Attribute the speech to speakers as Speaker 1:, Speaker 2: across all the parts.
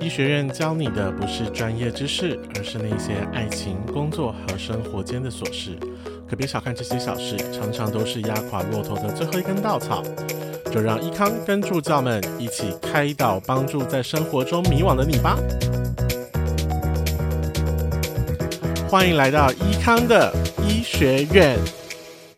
Speaker 1: 医学院教你的不是专业知识，而是那些爱情、工作和生活间的琐事。可别小看这些小事，常常都是压垮骆驼的最后一根稻草。就让一康跟助教们一起开导，帮助在生活中迷惘的你吧。欢迎来到一康的医学院。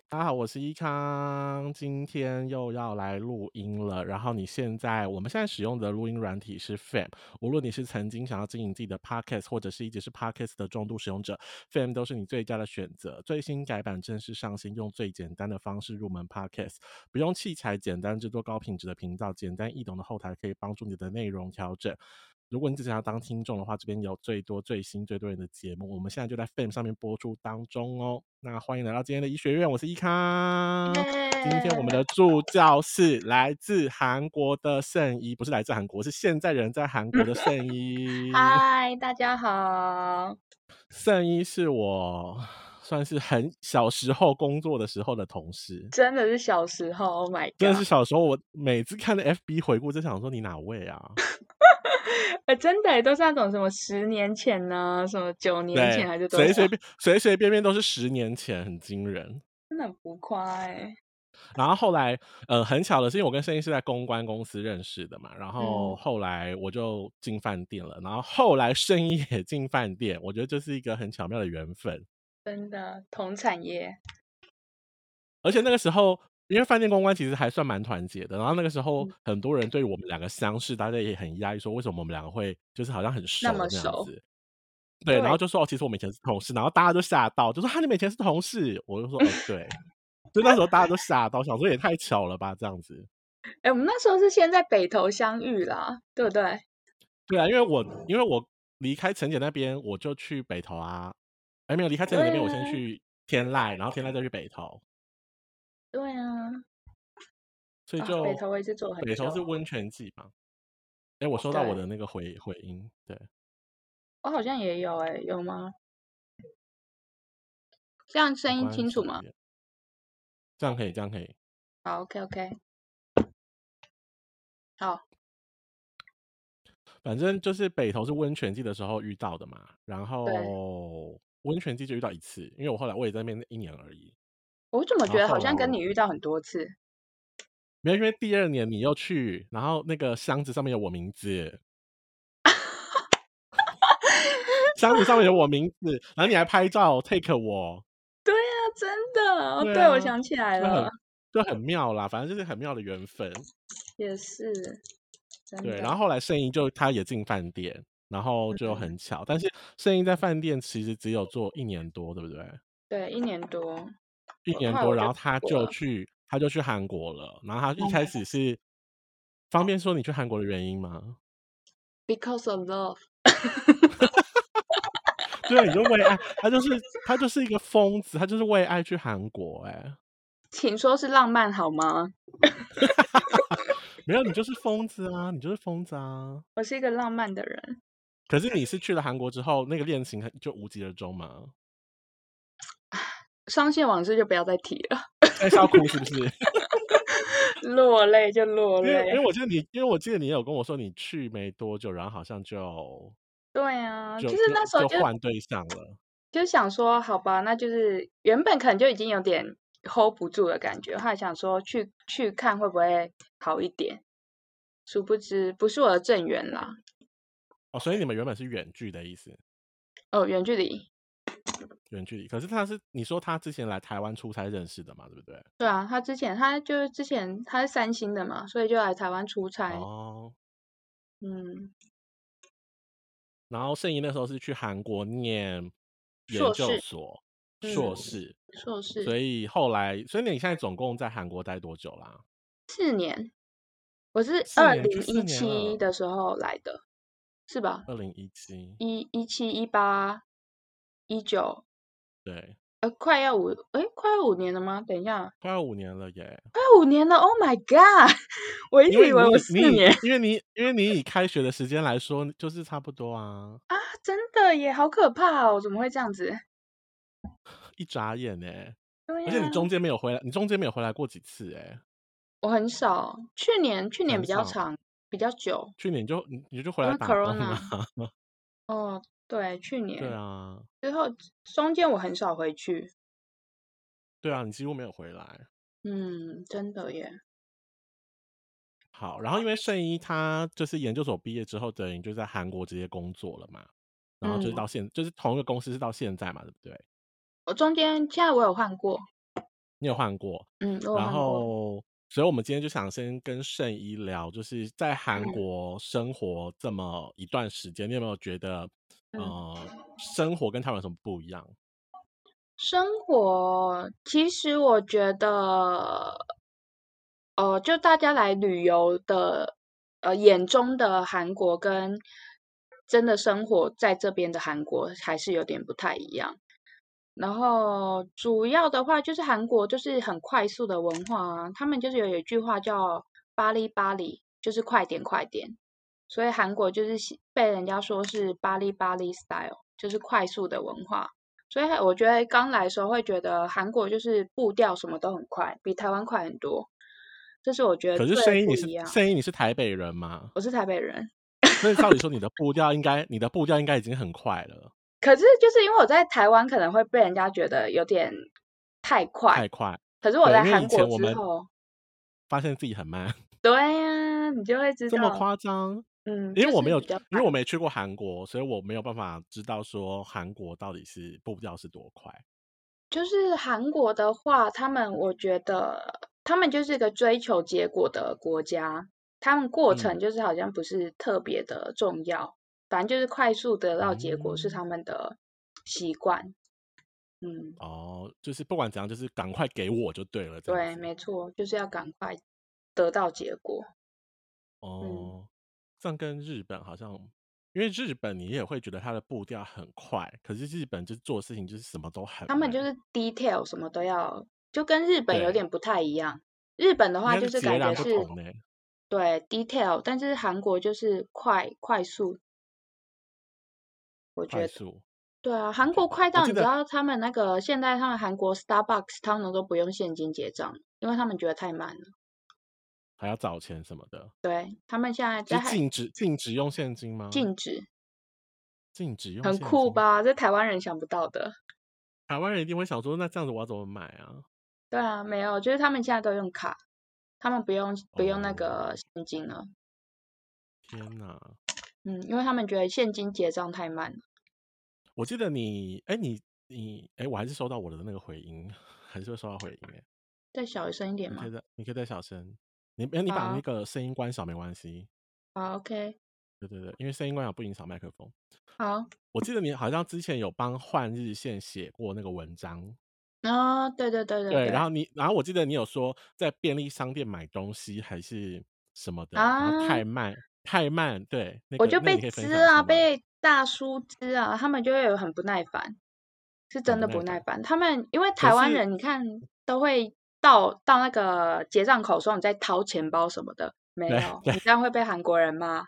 Speaker 1: 大家好，我是一康，今天又要来录音了。然后你现在，我们现在使用的录音软体是 Fam。无论你是曾经想要经营自己的 Podcast，或者是一直是 Podcast 的重度使用者，Fam 都是你最佳的选择。最新改版正式上线，用最简单的方式入门 Podcast，不用器材，简单制作高品质的频道，简单易懂的后台可以帮助你的内容调整。如果你只想要当听众的话，这边有最多、最新、最多人的节目，我们现在就在 Fam 上面播出当中哦。那欢迎来到今天的医学院，我是伊康。今天我们的助教是来自韩国的圣医，不是来自韩国，是现在人在韩国的圣医。
Speaker 2: 嗨，嗯大家好。
Speaker 1: 圣医是我算是很小时候工作的时候的同事，
Speaker 2: 真的是小时候，Oh my
Speaker 1: 真的是
Speaker 2: god！
Speaker 1: 小时候，我每次看的 FB 回顾，就想说你哪位啊？
Speaker 2: 哎、真的耶都是那种什么十年前呢，什么九年前还是
Speaker 1: 对，
Speaker 2: 多
Speaker 1: 随
Speaker 2: 少，
Speaker 1: 随便随随便便都是十年前，很惊人。
Speaker 2: 真的很浮夸哎、
Speaker 1: 然后后来，呃，很巧的是，因为我跟声音是在公关公司认识的嘛，然后
Speaker 2: 嗯
Speaker 1: 后来我就进饭店了，然后后来声音也 进饭店，我觉得这是一个很巧妙的缘分。
Speaker 2: 真的同产业，
Speaker 1: 而且那个时候，因为饭店公关其实还算蛮团结的，然后那个时候
Speaker 2: 嗯
Speaker 1: 很多人对我们两个相识，大家也很压抑，说为什么我们两个会就是好像很熟
Speaker 2: 么
Speaker 1: 那样
Speaker 2: 熟
Speaker 1: 子。对，然后
Speaker 2: 对
Speaker 1: 就说哦，其实我们以前是同事，然后大家都吓到，就说哈，你们以前是同事，我就说哦， 对，就那时候大家都吓到，想说也太巧了吧，这样子。
Speaker 2: 哎、我们那时候是先在北投相遇啦，对不对？
Speaker 1: 对啊，因为我因为我离开陈姐那边，我就去北投啊，哎没有离开陈姐那
Speaker 2: 对
Speaker 1: 边，我先
Speaker 2: 啊
Speaker 1: 去天籁，然后天籁再去北投，
Speaker 2: 对啊，
Speaker 1: 所以
Speaker 2: 啊
Speaker 1: 就、
Speaker 2: 北投我也是做很
Speaker 1: 北投是
Speaker 2: 久哦
Speaker 1: 温泉季嘛。哎，我收到我
Speaker 2: 对
Speaker 1: 的那个回回音，对，
Speaker 2: 我好像也有哎、有吗？这样声
Speaker 1: 我
Speaker 2: 音
Speaker 1: 关
Speaker 2: 清楚
Speaker 1: 小
Speaker 2: 吗？
Speaker 1: 一点？这样可以，这样可以。
Speaker 2: 好，OK OK，好，
Speaker 1: 反正就是北投是温泉季的时候遇到的嘛，然后温泉季就遇到一次，因为我后来我也在那边一年而已。
Speaker 2: 我怎么
Speaker 1: 然
Speaker 2: 觉得
Speaker 1: 后
Speaker 2: 好
Speaker 1: 后来
Speaker 2: 像
Speaker 1: 我
Speaker 2: 跟你遇到很多次？
Speaker 1: 啊没有，因为第二年你又去，然后那个箱子上面有我名字， 箱子上面有我名字，然后你还拍照 take 我，
Speaker 2: 对啊，真的，哦，
Speaker 1: 对
Speaker 2: 对，我
Speaker 1: 啊
Speaker 2: 想起来
Speaker 1: 就很
Speaker 2: 了，
Speaker 1: 就很妙啦，反正就是很妙的缘分。
Speaker 2: 也是，真
Speaker 1: 对，
Speaker 2: 的，
Speaker 1: 然后后来圣英就他也进饭店，然后就
Speaker 2: 嗯，
Speaker 1: 很巧，但是圣英在饭店其实只有做一年多，对不对？
Speaker 2: 对，一年多，
Speaker 1: 一
Speaker 2: 我
Speaker 1: 年
Speaker 2: 后来
Speaker 1: 多，
Speaker 2: 我
Speaker 1: 然
Speaker 2: 就
Speaker 1: 后
Speaker 2: 出
Speaker 1: 他
Speaker 2: 国
Speaker 1: 就
Speaker 2: 了，
Speaker 1: 去他就去韩国了，然后他一
Speaker 2: 嗯
Speaker 1: 开始是方便说你去韩国的原因吗？
Speaker 2: ，because of love，
Speaker 1: 对，你就为爱，他就是他就是一个疯子，他就是为爱去韩国、哎。
Speaker 2: 请说是浪漫好吗？
Speaker 1: 没有，你就是疯子啊，你就是疯子啊！
Speaker 2: 我是一个浪漫的人，
Speaker 1: 可是你是去了韩国之后，那个恋情很就无疾而终嘛？
Speaker 2: 伤心往事就不要再提了，
Speaker 1: 现哎在是要哭是不是？
Speaker 2: 落泪就落
Speaker 1: 因为因为
Speaker 2: 泪，
Speaker 1: 我记得你，因为我记得你有跟我说你去没多久，然后好像就
Speaker 2: 对啊，
Speaker 1: 就
Speaker 2: 就是
Speaker 1: 就
Speaker 2: 那时候
Speaker 1: 就
Speaker 2: 就
Speaker 1: 换对象了。
Speaker 2: 就想说，好吧，那就是原本可能就已经有点 hold 不住的感觉，后来想说去去看会不会好一点，殊不知不是我的正缘啦，
Speaker 1: 哦，所以你们原本是远距的意思，
Speaker 2: 哦，远距离。
Speaker 1: 远距离。可是他是你说他之前来台湾出差认识的嘛，对不对？
Speaker 2: 对啊，他之前他就是之前他是三星的嘛，所以就来台湾出差。
Speaker 1: 哦，
Speaker 2: 嗯，
Speaker 1: 然后盛怡那时候是去韩国念研
Speaker 2: 硕
Speaker 1: 究
Speaker 2: 士，
Speaker 1: 所硕
Speaker 2: 嗯，
Speaker 1: 士，所
Speaker 2: 硕士
Speaker 1: 以后来，所以你现在总共在韩国待多久啦？
Speaker 2: 四年，我是
Speaker 1: 四
Speaker 2: 二
Speaker 1: 年，去
Speaker 2: 零一
Speaker 1: 四年
Speaker 2: 七
Speaker 1: 了。
Speaker 2: 的时候来的，是吧？
Speaker 1: 二零一七，
Speaker 2: 一一七一八一九，
Speaker 1: 对，
Speaker 2: 呃，快要五，诶，快要五年了吗？等一下，啊
Speaker 1: 快要五年了耶。
Speaker 2: 快要五年了！Oh my god！我 一
Speaker 1: 因
Speaker 2: 直
Speaker 1: 为
Speaker 2: 以为
Speaker 1: 你
Speaker 2: 我
Speaker 1: 以
Speaker 2: 四
Speaker 1: 你以
Speaker 2: 年
Speaker 1: 因为你因为你 以开学的时间来说，就是差不多啊，
Speaker 2: 啊，真的耶，好可怕哦！怎么会这样子？
Speaker 1: 一眨眼哎。
Speaker 2: 对啊
Speaker 1: 而且你
Speaker 2: 呀、
Speaker 1: 中间没有回来，你中间没有回来过几次哎，
Speaker 2: 我很少，去年去年
Speaker 1: 很
Speaker 2: 比较
Speaker 1: 少。
Speaker 2: 长，比较久。
Speaker 1: 去年就你你就回来
Speaker 2: 因为
Speaker 1: 打工了，
Speaker 2: 哦，对，去 年
Speaker 1: 对啊，
Speaker 2: 之后中间我很少回去，
Speaker 1: 对啊，你几乎没有回来。
Speaker 2: 嗯，真的耶，
Speaker 1: 好，然后因为圣一他就是研究所毕业之后，等于就在韩国直接工作了嘛，然后就是
Speaker 2: 嗯
Speaker 1: 到现、就是同一个公司是到现在嘛，对不对？
Speaker 2: 我中间现在我有换过，
Speaker 1: 你有换过，
Speaker 2: 嗯，我有
Speaker 1: 然
Speaker 2: 换过，
Speaker 1: 后所以我们今天就想先跟圣一聊，就是在韩
Speaker 2: 嗯
Speaker 1: 国生活这么一段时间，你有没有觉得
Speaker 2: 嗯，
Speaker 1: 呃生活跟台湾有什么不一样？
Speaker 2: 生活其实我觉得，呃，就大家来旅游的，呃，眼中的韩国跟真的生活在这边的韩国还是有点不太一样。然后主要的话就是韩国就是很快速的文化啊，他们就是有有一句话叫巴黎巴黎，就是快点快点，所以韩国就是喜被人家说是巴黎巴黎 style，就是快速的文化。所以我觉得刚来的时候会觉得韩国就是步调什么都很快，比台湾快很多，这是我觉得
Speaker 1: 可是
Speaker 2: 最
Speaker 1: 圣一你
Speaker 2: 呃不
Speaker 1: 是
Speaker 2: 一样。
Speaker 1: 圣一你是台北人吗？
Speaker 2: 我是台北人，
Speaker 1: 所以照理说你的步调应该你的步调应该已经很快了，
Speaker 2: 可是就是因为我在台湾可能会被人家觉得有点太快，
Speaker 1: 太快。
Speaker 2: 可是我
Speaker 1: 对，
Speaker 2: 在
Speaker 1: 因为以
Speaker 2: 韩国
Speaker 1: 前我
Speaker 2: 之
Speaker 1: 们
Speaker 2: 后，
Speaker 1: 发现自己很慢，
Speaker 2: 对呀、你就会知
Speaker 1: 这么
Speaker 2: 道，
Speaker 1: 夸张？
Speaker 2: 嗯，
Speaker 1: 因为
Speaker 2: 就
Speaker 1: 我没
Speaker 2: 是
Speaker 1: 有，
Speaker 2: 比较
Speaker 1: 因为
Speaker 2: 慢。
Speaker 1: 我没去过韩国，所以我没有办法知道说韩国到底是步调是多快。
Speaker 2: 就是韩国的话，他们我觉得他们就是一个追求结果的国家，他们过
Speaker 1: 嗯
Speaker 2: 程就是好像不是特别的重要，反正就是快速得到结果是
Speaker 1: 嗯，
Speaker 2: 他们的习惯。嗯，
Speaker 1: 哦，就是不管怎样，就是赶快给我就对了，这样
Speaker 2: 对，
Speaker 1: 子。
Speaker 2: 没错，就是要赶快得到结果。嗯。
Speaker 1: 哦，这样跟日本好像，因为日本你也会觉得它的步调很快，可是日本就是做事情就是什么都很
Speaker 2: 他们就
Speaker 1: 慢，
Speaker 2: 是 detail 什么都要，就跟日本有
Speaker 1: 嗯对，
Speaker 2: 点不太一样。日本的
Speaker 1: 应
Speaker 2: 话
Speaker 1: 该
Speaker 2: 就是是
Speaker 1: 截
Speaker 2: 感
Speaker 1: 然
Speaker 2: 觉
Speaker 1: 不
Speaker 2: 是
Speaker 1: 同呢。
Speaker 2: 对 detail，但是韩国就是快快速，我
Speaker 1: 快
Speaker 2: 觉得
Speaker 1: 速
Speaker 2: 对啊，韩
Speaker 1: ，OK，
Speaker 2: 国快
Speaker 1: 我
Speaker 2: 到
Speaker 1: 记
Speaker 2: 你知
Speaker 1: 得
Speaker 2: 道他们那个现在他们韩国 Starbucks 他们都不用现金结账，因为他们觉得太慢了。
Speaker 1: 还要找钱什么的，
Speaker 2: 对，他们现在
Speaker 1: 是
Speaker 2: 在还
Speaker 1: 禁止禁止用现金吗？
Speaker 2: 禁止，
Speaker 1: 禁止用
Speaker 2: 很
Speaker 1: 现
Speaker 2: 酷
Speaker 1: 金，
Speaker 2: 吧？这台湾人想不到的。
Speaker 1: 台湾人一定会想说，那这样子我要怎么买啊？
Speaker 2: 对啊，没有，就是他们现在都用卡，他们不用不用那
Speaker 1: 哦，
Speaker 2: 个现金了。
Speaker 1: 天哪！
Speaker 2: 嗯，因为他们觉得现金结账太慢了。
Speaker 1: 我记得你，哎，你你，哎，我还是收到我的那个回音， 还是会收到回音哎。
Speaker 2: 再小声一点
Speaker 1: 你可以
Speaker 2: 嘛。
Speaker 1: 再，你可以再小声，你哎，你把那
Speaker 2: 好，
Speaker 1: 个声音关小没关系。
Speaker 2: 好，OK，
Speaker 1: 对对对，因为声音关小不影响麦克风。
Speaker 2: 好。
Speaker 1: 我记得你好像之前有帮换日线写过那个文章，
Speaker 2: 啊、对对对对
Speaker 1: 对，然
Speaker 2: 对，
Speaker 1: 后你，然后我记得你有说在便利商店买东西还是什么的，然后
Speaker 2: 啊，
Speaker 1: 太慢，太慢，对，那
Speaker 2: 我
Speaker 1: 个
Speaker 2: 就
Speaker 1: 那个
Speaker 2: 被
Speaker 1: 你可以分
Speaker 2: 支
Speaker 1: 享一
Speaker 2: 啊，
Speaker 1: 下吗？
Speaker 2: 被大叔支啊，他们就会有很不耐烦，是
Speaker 1: 很
Speaker 2: 真
Speaker 1: 哦不耐
Speaker 2: 的不耐
Speaker 1: 烦，
Speaker 2: 烦。他们因为
Speaker 1: 可
Speaker 2: 台湾
Speaker 1: 是
Speaker 2: 人，你看都会到到那个结账口说你在掏钱包什么的，没
Speaker 1: 对
Speaker 2: 有，
Speaker 1: 对
Speaker 2: 你这样会被韩国人骂。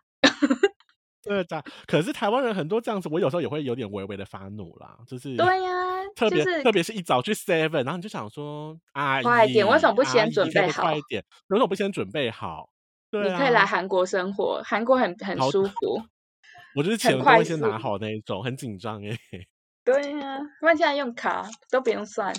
Speaker 1: 对的，可是台湾人很多这样子，我有时候也会有点微微的发怒啦，就是
Speaker 2: 对呀、
Speaker 1: 特
Speaker 2: 就
Speaker 1: 别
Speaker 2: 是
Speaker 1: 特别是一早去 Seven，然后你就想说阿
Speaker 2: 快点，为什么
Speaker 1: 姨
Speaker 2: 不
Speaker 1: 阿
Speaker 2: 先
Speaker 1: 姨
Speaker 2: 准
Speaker 1: 可不
Speaker 2: 备
Speaker 1: 可以快
Speaker 2: 好？
Speaker 1: 一点？为什么不先准备好？ 对
Speaker 2: 你可以来
Speaker 1: 啊，
Speaker 2: 韩国生活，韩国很很
Speaker 1: 好，
Speaker 2: 舒服，
Speaker 1: 我就是
Speaker 2: 很
Speaker 1: 钱都
Speaker 2: 快
Speaker 1: 会先
Speaker 2: 速。
Speaker 1: 拿好那一种，很紧张诶、
Speaker 2: 对呀、不然现在用卡都不用算，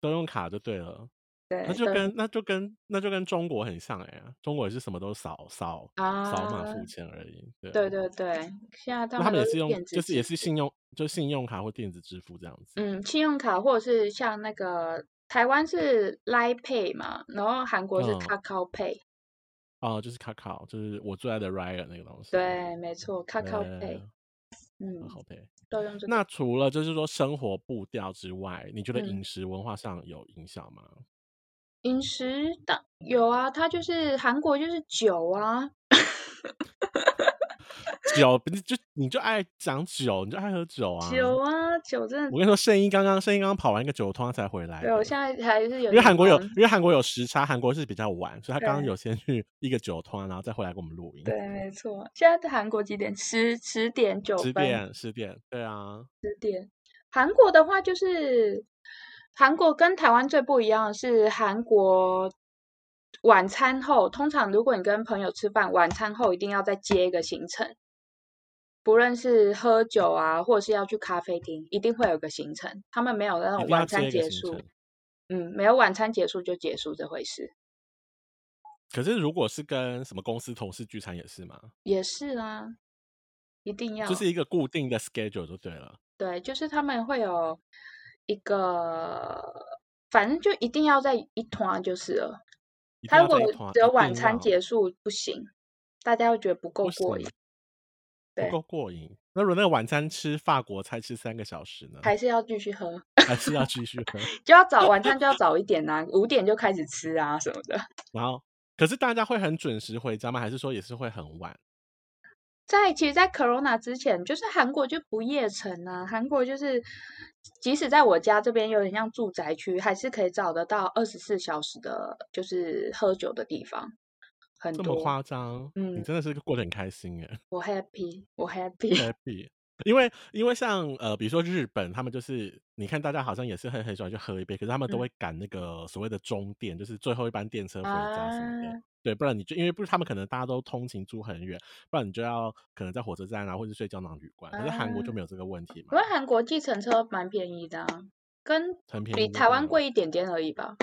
Speaker 1: 都用卡就对了。那
Speaker 2: 对，
Speaker 1: 就
Speaker 2: 都用
Speaker 1: 跟那就跟那就跟中国很像诶、中国也是什么都扫扫扫码
Speaker 2: 啊，
Speaker 1: 付钱而已。对，啊
Speaker 2: 对对对，现在他
Speaker 1: 那他们
Speaker 2: 们都
Speaker 1: 也
Speaker 2: 是
Speaker 1: 是用
Speaker 2: 电子
Speaker 1: 就是也
Speaker 2: 支
Speaker 1: 是
Speaker 2: 付，
Speaker 1: 信用就信用卡或电子支付这样子。
Speaker 2: 嗯，信用卡或者是像那个台湾是 Line Pay 嘛，然后韩国是
Speaker 1: 嗯，
Speaker 2: Kakao Pay，
Speaker 1: 哦，就是卡卡，就是我最爱的 Ryan 那个东西。
Speaker 2: 对，没错，Kakao
Speaker 1: 对，
Speaker 2: Pay，
Speaker 1: 很
Speaker 2: 嗯，
Speaker 1: 呃好配。
Speaker 2: 都用这个，
Speaker 1: 那除了就是说生活步调之外，你觉得饮
Speaker 2: 嗯，
Speaker 1: 食文化上有影响吗？
Speaker 2: 饮食的有啊，它就是韩国就是酒啊，
Speaker 1: 酒，不是就你就爱讲酒，你就爱喝酒啊！
Speaker 2: 酒啊，酒真的，
Speaker 1: 我跟你说，圣英刚刚圣英刚刚跑完一个酒通才回来
Speaker 2: 对我
Speaker 1: 的，
Speaker 2: 现在还是有
Speaker 1: 因为
Speaker 2: 点
Speaker 1: 韩国有
Speaker 2: 懵，
Speaker 1: 因为韩国有时差，韩国是比较晚，所以他刚刚
Speaker 2: 对
Speaker 1: 有先去一个酒通，然后再回来给我们录音。
Speaker 2: 对，没错，现在在韩国几点？十十点九
Speaker 1: 十
Speaker 2: 分。哦
Speaker 1: 点十点，对啊，
Speaker 2: 韩国的话，就是韩国跟台湾最不一样的是韩国晚餐后，通常如果你跟朋友吃饭，晚餐后一定要再接一个行程，不论是喝酒啊，或者是要去咖啡厅，一定会有个行程。他们没有那
Speaker 1: 一
Speaker 2: 种
Speaker 1: 定要
Speaker 2: 晚
Speaker 1: 接
Speaker 2: 餐
Speaker 1: 一个
Speaker 2: 结
Speaker 1: 行
Speaker 2: 束
Speaker 1: 程。，
Speaker 2: 嗯，没有晚餐结束就结束这回事，
Speaker 1: 可是如果是跟什么公司同事聚餐也是吗？
Speaker 2: 也是啊，一定要
Speaker 1: 就是一个固定的 schedule 就对了。
Speaker 2: 对，就是他们会有一个，反正就一定要在一团就是了。
Speaker 1: 一定
Speaker 2: 他
Speaker 1: 要
Speaker 2: 如果
Speaker 1: 在一团，
Speaker 2: 只有
Speaker 1: 一
Speaker 2: 晚
Speaker 1: 定
Speaker 2: 餐
Speaker 1: 要
Speaker 2: 结束不行，大家会觉得不够
Speaker 1: 不
Speaker 2: 过瘾
Speaker 1: 行，，不
Speaker 2: 对
Speaker 1: 够过瘾。那如果那个晚餐吃法国菜吃三个小时呢，
Speaker 2: 还是要继续喝，
Speaker 1: 还是要 继续喝？
Speaker 2: 就要早晚餐就要早一点呐、五点就开始吃啊什么的。
Speaker 1: 然后，可是大家会很准时回家吗？还是说也是会很晚？
Speaker 2: 在其实，在 Corona 之前，就是韩国就不夜城啊，韩国就是即使在我家这边有点像住宅区，还是可以找得到二十四小时的，就是喝酒的地方，很
Speaker 1: 这么
Speaker 2: 多。
Speaker 1: 夸张？你
Speaker 2: 嗯，
Speaker 1: 真的是过得很开心耶
Speaker 2: 我 happy，我 happy。
Speaker 1: ，happy。因为因为像呃，比如说日本，他们就是你看大家好像也是很很喜欢去喝一杯，可是他们都
Speaker 2: 嗯
Speaker 1: 会赶那个所谓的终电，就是最后一班电车回家什么的。
Speaker 2: 啊，
Speaker 1: 对，不然你就因为不是他们可能大家都通勤住很远，不然你就要可能在火车站啊，或者睡胶囊旅馆。可是韩国就
Speaker 2: 嗯，
Speaker 1: 没有这个问题
Speaker 2: 因为
Speaker 1: 嘛，
Speaker 2: 韩国计程车蛮便宜的啊，跟
Speaker 1: 很便
Speaker 2: 比
Speaker 1: 宜就
Speaker 2: 台
Speaker 1: 对
Speaker 2: 湾
Speaker 1: 了。
Speaker 2: 贵一点点而已吧。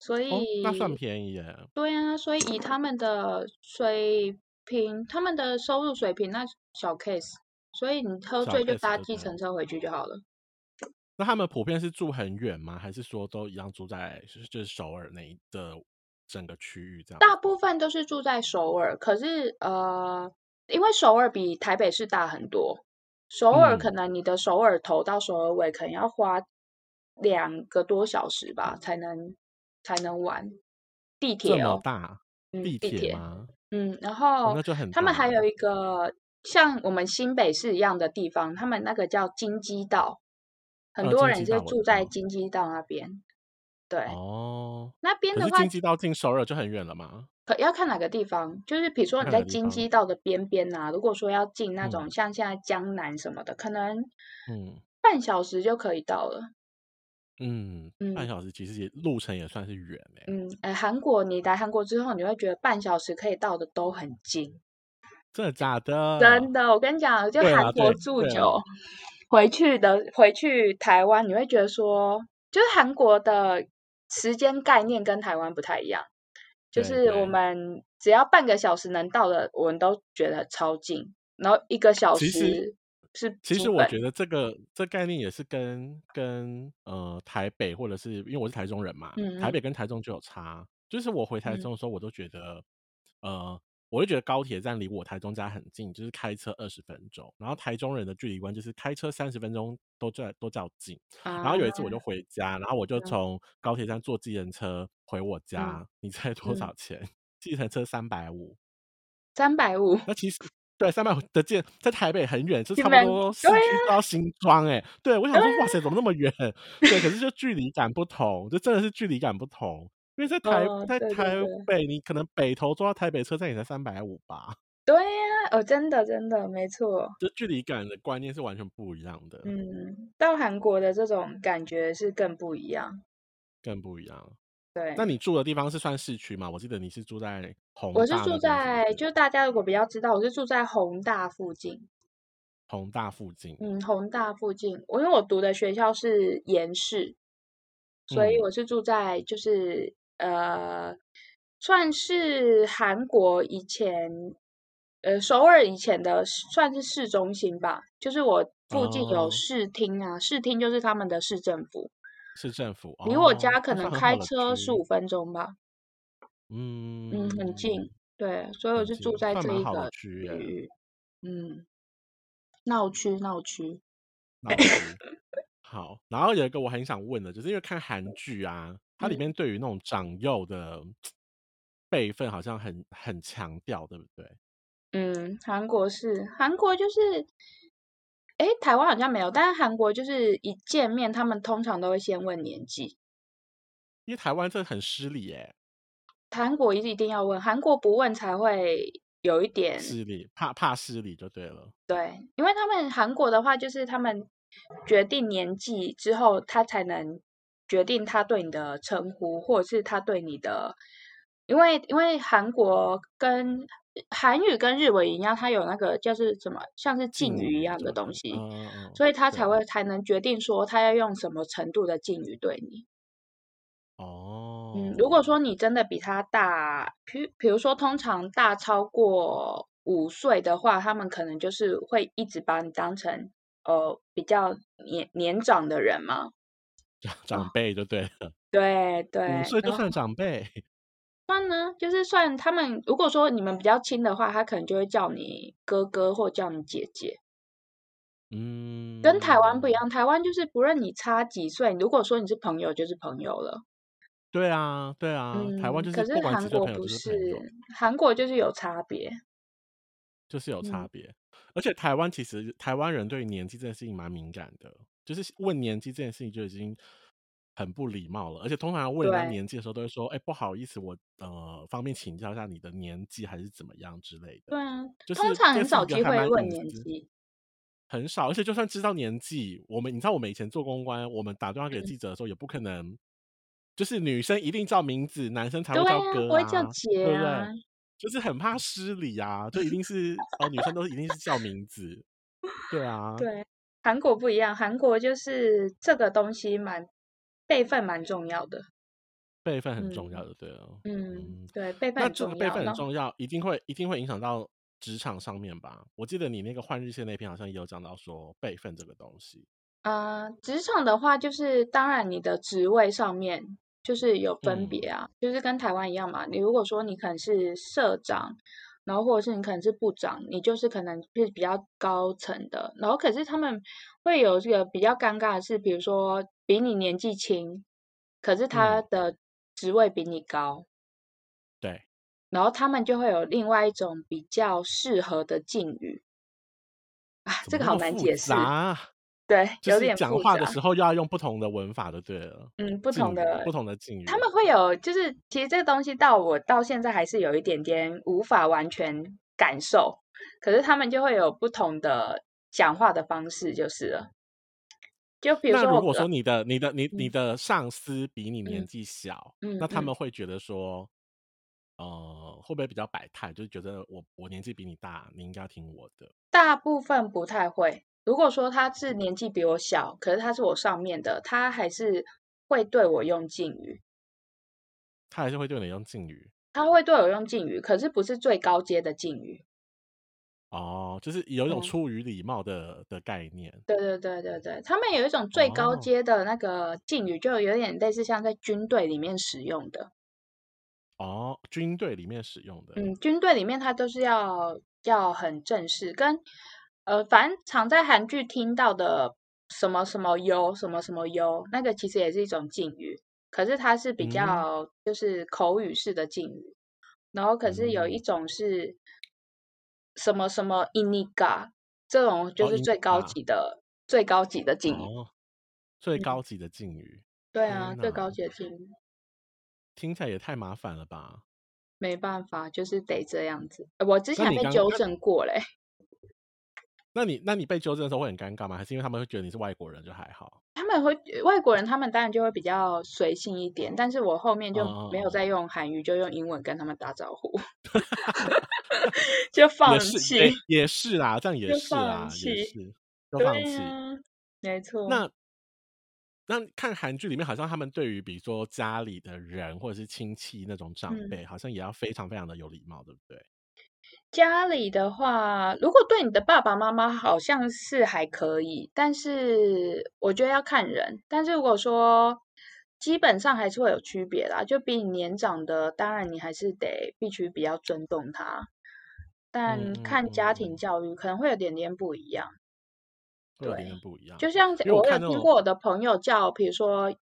Speaker 2: 所
Speaker 1: 哦，那算
Speaker 2: 以，
Speaker 1: 便宜耶。
Speaker 2: 对啊，所以以他们的水平，他们的收入水平，那小 case，所以你喝
Speaker 1: 小
Speaker 2: 醉就
Speaker 1: case
Speaker 2: 搭
Speaker 1: 就
Speaker 2: 计
Speaker 1: 对了。
Speaker 2: 程车回去就好了。
Speaker 1: 那他们普遍是住很远吗？还是说都一样住在就是就是首尔那一的整个区域这样
Speaker 2: 大
Speaker 1: 子？
Speaker 2: 部分都是住在首尔，可是呃，因为首尔比台北市大很多，首尔可
Speaker 1: 嗯，
Speaker 2: 能你的首尔头到首尔尾可能要花两个多小时
Speaker 1: 嗯
Speaker 2: 吧，才能才能玩地
Speaker 1: 这
Speaker 2: 铁
Speaker 1: 么
Speaker 2: 哦，
Speaker 1: 大
Speaker 2: 嗯，
Speaker 1: 地
Speaker 2: 地
Speaker 1: 铁
Speaker 2: 铁，
Speaker 1: 吗？
Speaker 2: 嗯，然
Speaker 1: 哦，
Speaker 2: 后
Speaker 1: 那就很
Speaker 2: 他们
Speaker 1: 大
Speaker 2: 还有
Speaker 1: 哎。
Speaker 2: 一个像我们新北市一样的地方，他们那个叫京畿道，很
Speaker 1: 呃，
Speaker 2: 多
Speaker 1: 京
Speaker 2: 人
Speaker 1: 畿
Speaker 2: 是
Speaker 1: 道我
Speaker 2: 住
Speaker 1: 知
Speaker 2: 在
Speaker 1: 道。
Speaker 2: 京畿道那边，对，
Speaker 1: 哦，
Speaker 2: 那边
Speaker 1: 可
Speaker 2: 的
Speaker 1: 是
Speaker 2: 话。
Speaker 1: 京畿道进首尔就很远了嘛？
Speaker 2: 可要看哪个地方，就是比如说
Speaker 1: 要
Speaker 2: 你
Speaker 1: 看哪个
Speaker 2: 在
Speaker 1: 地
Speaker 2: 京畿
Speaker 1: 方？
Speaker 2: 道的边边呐、如果说要进那种
Speaker 1: 嗯
Speaker 2: 像现在江南什么的，可能
Speaker 1: 嗯
Speaker 2: 半小时就可以到了。
Speaker 1: 嗯，半
Speaker 2: 嗯
Speaker 1: 小时其实也路程也算是远哎。
Speaker 2: 嗯，哎，韩国你来韩国之后，你会觉得半小时可以到的都很近，
Speaker 1: 真的假的？
Speaker 2: 真的。我跟你讲，就
Speaker 1: 嗯对
Speaker 2: 韩
Speaker 1: 啦，
Speaker 2: 国
Speaker 1: 对
Speaker 2: 住
Speaker 1: 对啊啦，
Speaker 2: 久，回去的回去台湾，你会觉得说，就是韩国的时间概念跟台湾不太一样。就
Speaker 1: 对
Speaker 2: 是我
Speaker 1: 对。
Speaker 2: 们只要半个小时能到的，我们都觉得超近，然后一个小
Speaker 1: 其实
Speaker 2: 时是
Speaker 1: 其
Speaker 2: 基
Speaker 1: 实我
Speaker 2: 本。
Speaker 1: 觉得这个这概念也是跟跟呃台北或者是因为我是台中人嘛，台
Speaker 2: 嗯
Speaker 1: 北跟台中就有差。就是我回台
Speaker 2: 嗯
Speaker 1: 中的时候，我都觉得，呃，我就觉得高铁站离我台中家很近，就是开车二十分钟。然后台中人的距离观就是开车三十分钟都叫都叫近。
Speaker 2: 嗯
Speaker 1: 然后有一次
Speaker 2: 啊
Speaker 1: 我就回家，然后我就从高铁站坐计程车回我
Speaker 2: 嗯
Speaker 1: 家，你猜多
Speaker 2: 嗯，
Speaker 1: 少钱？计程车三百五。
Speaker 2: 三百五，
Speaker 1: 那其实对三百的建在台北很远，就
Speaker 2: 你
Speaker 1: 差不
Speaker 2: 们
Speaker 1: 多
Speaker 2: 对
Speaker 1: 市
Speaker 2: 呀
Speaker 1: 区到新庄哎、对我想
Speaker 2: 对啊
Speaker 1: 说，
Speaker 2: 呀，
Speaker 1: 哇塞，怎么那么远？对，可是就距离感不同，就真的是距离感不同。因为 在台
Speaker 2: 哦，
Speaker 1: 在
Speaker 2: 对对
Speaker 1: 台
Speaker 2: 对
Speaker 1: 北，你可能北投坐到台北车站也才三百五吧，
Speaker 2: 对呀，哦，真的真的没错，
Speaker 1: 就距离感的观念是完全不一样的，
Speaker 2: 嗯，到韩国的这种感觉是更不一样，
Speaker 1: 更不一样。那
Speaker 2: 对。
Speaker 1: 你住的地方是算市区吗？我记得你是住在宏
Speaker 2: 我是
Speaker 1: 大
Speaker 2: 住
Speaker 1: 那边，是不
Speaker 2: 在，
Speaker 1: 是？
Speaker 2: 就大家如果比较知道，我是住在宏大附近。
Speaker 1: 宏大附近，
Speaker 2: 嗯，宏大附近，我因为我读的学校是延世，所以
Speaker 1: 嗯，
Speaker 2: 我是住在就是呃，算是韩国以前呃首尔以前的市算是市中心吧，就是我附近有
Speaker 1: 哦，
Speaker 2: 市厅啊，市厅就是他们的市政府，
Speaker 1: 市政府，
Speaker 2: 离我
Speaker 1: 哦，
Speaker 2: 家可
Speaker 1: 那
Speaker 2: 能
Speaker 1: 算很好
Speaker 2: 开
Speaker 1: 的
Speaker 2: 车十
Speaker 1: 区，
Speaker 2: 五分钟吧，嗯，很
Speaker 1: 嗯，
Speaker 2: 近，对，所以我
Speaker 1: 很
Speaker 2: 是住
Speaker 1: 近，
Speaker 2: 在
Speaker 1: 算
Speaker 2: 这
Speaker 1: 蛮
Speaker 2: 一
Speaker 1: 好的
Speaker 2: 个
Speaker 1: 区
Speaker 2: 区
Speaker 1: 耶，
Speaker 2: 域，嗯，闹区闹区，
Speaker 1: 闹 区。好，然后有一个我很想问的，就是因为看韩剧啊，它里
Speaker 2: 嗯。
Speaker 1: 面对于那种长幼的辈分好像很很强调，对不对？
Speaker 2: 嗯，韩国是韩国就是，诶，台湾好像没有，但是韩国就是一见面，他们通常都会先问年纪。
Speaker 1: 因为台湾这很失礼耶，
Speaker 2: 韩国一定要问，韩国不问才会有一点
Speaker 1: 失礼，怕怕失礼就对了。
Speaker 2: 对，因为他们韩国的话，就是他们决定年纪之后，他才能决定他对你的称呼，或者是他对你的。因为因为韩国跟韩语跟日文一样，它有那个就是什么，像是哦敬语一样的东西，
Speaker 1: 嗯嗯
Speaker 2: 所以他
Speaker 1: 对
Speaker 2: 才会才能决定说他要用什么程度的敬语对你。
Speaker 1: 哦，
Speaker 2: 嗯，如果说你真的比他大，比比如说通常大超过五岁的话，他们可能就是会一直把你当成呃比较年年长的人嘛。
Speaker 1: 长长辈就对了，
Speaker 2: 对哦对，
Speaker 1: 五岁就
Speaker 2: 然后
Speaker 1: 算长辈，
Speaker 2: 算呢，就是算他们如果说你们比较亲的话，他可能就会叫你哥哥或叫你姐姐。
Speaker 1: 嗯，
Speaker 2: 跟台湾不一样，台湾就是不论你差几岁，如果说你是朋友就是朋友了。
Speaker 1: 对啊，对啊，台湾
Speaker 2: 嗯，
Speaker 1: 就
Speaker 2: 可
Speaker 1: 是
Speaker 2: 是
Speaker 1: 不管
Speaker 2: 韩
Speaker 1: 几岁
Speaker 2: 国
Speaker 1: 朋友
Speaker 2: 不
Speaker 1: 就是
Speaker 2: 是，
Speaker 1: 朋友，
Speaker 2: 韩国就是有差别。
Speaker 1: 就是有差
Speaker 2: 嗯，
Speaker 1: 别。而且台湾其实台湾人对于年纪这件事情蛮敏感的，就是问年纪这件事情就已经很不礼貌了。而且通常问人家
Speaker 2: 对。
Speaker 1: 年纪的时候，都会说：“哎、不好意思，我呃方便请教一下你的年纪还是怎么样之类的。”
Speaker 2: 对啊，
Speaker 1: 就
Speaker 2: 通
Speaker 1: 是
Speaker 2: 常
Speaker 1: 这
Speaker 2: 很
Speaker 1: 是
Speaker 2: 少
Speaker 1: 一个
Speaker 2: 机
Speaker 1: 还
Speaker 2: 会
Speaker 1: 蛮
Speaker 2: 问
Speaker 1: 隐
Speaker 2: 年
Speaker 1: 私，
Speaker 2: 纪。
Speaker 1: 很少。而且就算知道年纪，我们你知道我们以前做公关，我们打电话给
Speaker 2: 嗯，
Speaker 1: 记者的时候，也不可能就是女生一定叫名字，男生才
Speaker 2: 对
Speaker 1: 会叫
Speaker 2: 啊，不
Speaker 1: 哥
Speaker 2: 会叫
Speaker 1: 啊，
Speaker 2: 姐
Speaker 1: 对不
Speaker 2: 啊。
Speaker 1: 对？就是很怕失礼啊，就一定是哦，女生都一定是叫名字，对啊，
Speaker 2: 对，韩国不一样，韩国就是这个东西蛮辈分蛮重要的。
Speaker 1: 辈分很重要
Speaker 2: 嗯
Speaker 1: 的，对哦，
Speaker 2: 嗯，
Speaker 1: 嗯，
Speaker 2: 对，辈分
Speaker 1: 那
Speaker 2: 很
Speaker 1: 这个
Speaker 2: 重
Speaker 1: 辈
Speaker 2: 要。
Speaker 1: 分很
Speaker 2: 然后
Speaker 1: 重要，一定会一定会影响到职场上面吧？我记得你那个换日线那篇好像也有讲到说辈分这个东西，
Speaker 2: 呃，职场的话，就是当然你的职位上面就是有分别
Speaker 1: 嗯
Speaker 2: 啊，就是跟台湾一样嘛。你如果说你可能是社长，然后或者是你可能是部长，你就是可能是比较高层的。然后可是他们会有这个比较尴尬的是，比如说比你年纪轻，可是他
Speaker 1: 嗯，
Speaker 2: 的职位比你高，
Speaker 1: 对，
Speaker 2: 然后他们就会有另外一种比较适合的敬语啊，
Speaker 1: 怎
Speaker 2: 这
Speaker 1: 么那
Speaker 2: 个好
Speaker 1: 么
Speaker 2: 难
Speaker 1: 复
Speaker 2: 解
Speaker 1: 杂
Speaker 2: 释，
Speaker 1: 啊？
Speaker 2: 对，
Speaker 1: 就
Speaker 2: 有
Speaker 1: 是
Speaker 2: 点
Speaker 1: 讲
Speaker 2: 复
Speaker 1: 话的
Speaker 2: 杂。
Speaker 1: 时候要用不同的文法就对了，
Speaker 2: 嗯，不
Speaker 1: 敬
Speaker 2: 同
Speaker 1: 语
Speaker 2: 的，
Speaker 1: 不同的敬
Speaker 2: 他
Speaker 1: 语，
Speaker 2: 们会有，就是其实这个东西到我到现在还是有一点点无法完全感受，可是他们就会有不同的讲话的方式，就是了。就比如
Speaker 1: 那
Speaker 2: 说
Speaker 1: 如
Speaker 2: 我
Speaker 1: 果
Speaker 2: 哥，
Speaker 1: 说你的、你的、你、你
Speaker 2: 嗯
Speaker 1: 的上司比你年
Speaker 2: 嗯
Speaker 1: 纪小，
Speaker 2: 嗯
Speaker 1: 那他
Speaker 2: 嗯，
Speaker 1: 们会觉得说，呃，会不会比较摆态？就是觉得我我年纪比你大，你应该要听我的。
Speaker 2: 大部分不太会。如果说他是年纪比我小，可是他是我上面的，他还是会对我用敬语，
Speaker 1: 他还是会对你用敬语
Speaker 2: 他会对我用敬语，可是不是最高阶的敬语。
Speaker 1: 哦，就是有一种
Speaker 2: 嗯。
Speaker 1: 出于礼貌的的概念
Speaker 2: 对对对对对，他们有一种最高
Speaker 1: 哦
Speaker 2: 阶的那个敬语，就有点类似像在军队里面使用的。
Speaker 1: 哦，军队里面使用的
Speaker 2: 嗯，军队里面它都是要要很正式，跟呃，反正常在韩剧听到的什么什么优什么什么优，那个其实也是一种敬语，可是它是比
Speaker 1: 嗯
Speaker 2: 较就是口语式的敬语。然后可是有一
Speaker 1: 嗯
Speaker 2: 种是什么什么 iniga 这种就
Speaker 1: 哦
Speaker 2: 是
Speaker 1: 英
Speaker 2: 最高
Speaker 1: 啊
Speaker 2: 级的最高级的敬语。
Speaker 1: 哦最
Speaker 2: 嗯，
Speaker 1: 高级的敬语，
Speaker 2: 对啊，
Speaker 1: 天
Speaker 2: 最
Speaker 1: 哪，
Speaker 2: 高级的敬语。
Speaker 1: 听起来也太麻烦了吧？
Speaker 2: 没办法，就是得这样子。呃我之
Speaker 1: 那
Speaker 2: 前还
Speaker 1: 你
Speaker 2: 被
Speaker 1: 刚
Speaker 2: 纠
Speaker 1: 那
Speaker 2: 正过嘞，
Speaker 1: 那你那你被纠正的时候会很尴尬吗？还是因为他们会觉得你是外国人就还好？
Speaker 2: 他们会外国人，他们当然就会比较随性一点，但是我后面
Speaker 1: 嗯
Speaker 2: 就
Speaker 1: 嗯
Speaker 2: 没有再
Speaker 1: 嗯，
Speaker 2: 用韩语，就用英文跟他们打招 呼， 就
Speaker 1: 也
Speaker 2: 放
Speaker 1: 是
Speaker 2: 弃，
Speaker 1: 也也是啦，这样也
Speaker 2: 就是放
Speaker 1: 啦，也
Speaker 2: 弃。
Speaker 1: 是要
Speaker 2: 对
Speaker 1: 放弃。
Speaker 2: 呀、没错。
Speaker 1: 那那看韩剧里面，好像他们对于比如说家里的人或者是亲戚那种长
Speaker 2: 嗯，
Speaker 1: 辈，好像也要非常非常的有礼貌，对不对？
Speaker 2: 家里的话，如果对你的爸爸妈妈好像是还可以，但是我觉得要看人。但是如果说基本上还是会有区别啦，就比你年长的，当然你还是得必须比较尊重他，
Speaker 1: 嗯
Speaker 2: 但
Speaker 1: 嗯
Speaker 2: 看
Speaker 1: 嗯
Speaker 2: 家庭
Speaker 1: 嗯，
Speaker 2: 教育可能会有点点不一样。
Speaker 1: 会有点点
Speaker 2: 对，
Speaker 1: 不一样。
Speaker 2: 就像
Speaker 1: 因为我
Speaker 2: 我有
Speaker 1: 看那
Speaker 2: 听
Speaker 1: 种，
Speaker 2: 过我的朋友叫，比如说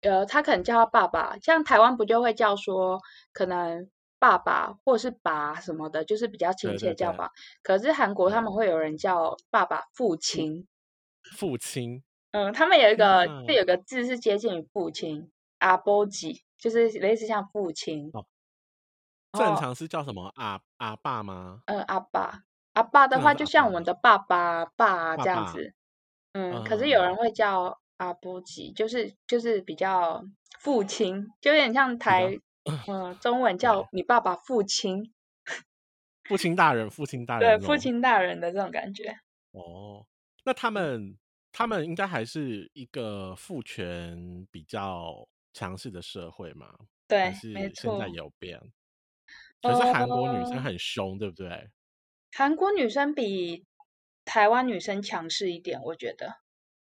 Speaker 2: 呃，他可能叫他爸爸，像台湾不就会叫说可能爸爸或是爸什么的，就是比较亲
Speaker 1: 对
Speaker 2: 切
Speaker 1: 对
Speaker 2: 叫
Speaker 1: 对
Speaker 2: 爸。可是韩国他
Speaker 1: 对，
Speaker 2: 们会有人叫爸爸父
Speaker 1: 父
Speaker 2: 亲，
Speaker 1: 父亲，
Speaker 2: 嗯，他们有
Speaker 1: 天
Speaker 2: 一个
Speaker 1: 哪！
Speaker 2: 这有个字是接近于父亲，阿波吉，就是类似像父亲，哦
Speaker 1: 哦，
Speaker 2: 然
Speaker 1: 正
Speaker 2: 后
Speaker 1: 常是叫什么阿阿爸吗？
Speaker 2: 嗯阿爸，阿爸的
Speaker 1: 正常
Speaker 2: 话
Speaker 1: 是
Speaker 2: 就
Speaker 1: 嗯阿爸
Speaker 2: 像我们
Speaker 1: 吗？
Speaker 2: 的爸爸
Speaker 1: 爸
Speaker 2: 爸这样
Speaker 1: 爸，
Speaker 2: 子，嗯，可是有人
Speaker 1: 嗯，
Speaker 2: 会叫阿波吉，就是就是比较父亲，就有点像
Speaker 1: 比较
Speaker 2: 台。呃，中文叫你爸爸父亲，
Speaker 1: 父亲大人，父亲大
Speaker 2: 对
Speaker 1: 人，
Speaker 2: 父。亲嗯大人的这种感觉。
Speaker 1: 哦，那他们他们应该还是一个父权比较强势的社会嘛？还
Speaker 2: 对，没
Speaker 1: 是现
Speaker 2: 错
Speaker 1: 在。有变？可是韩国女生
Speaker 2: 呃
Speaker 1: 很凶，对不对？
Speaker 2: 韩国女生比台湾女生强势一点，我觉得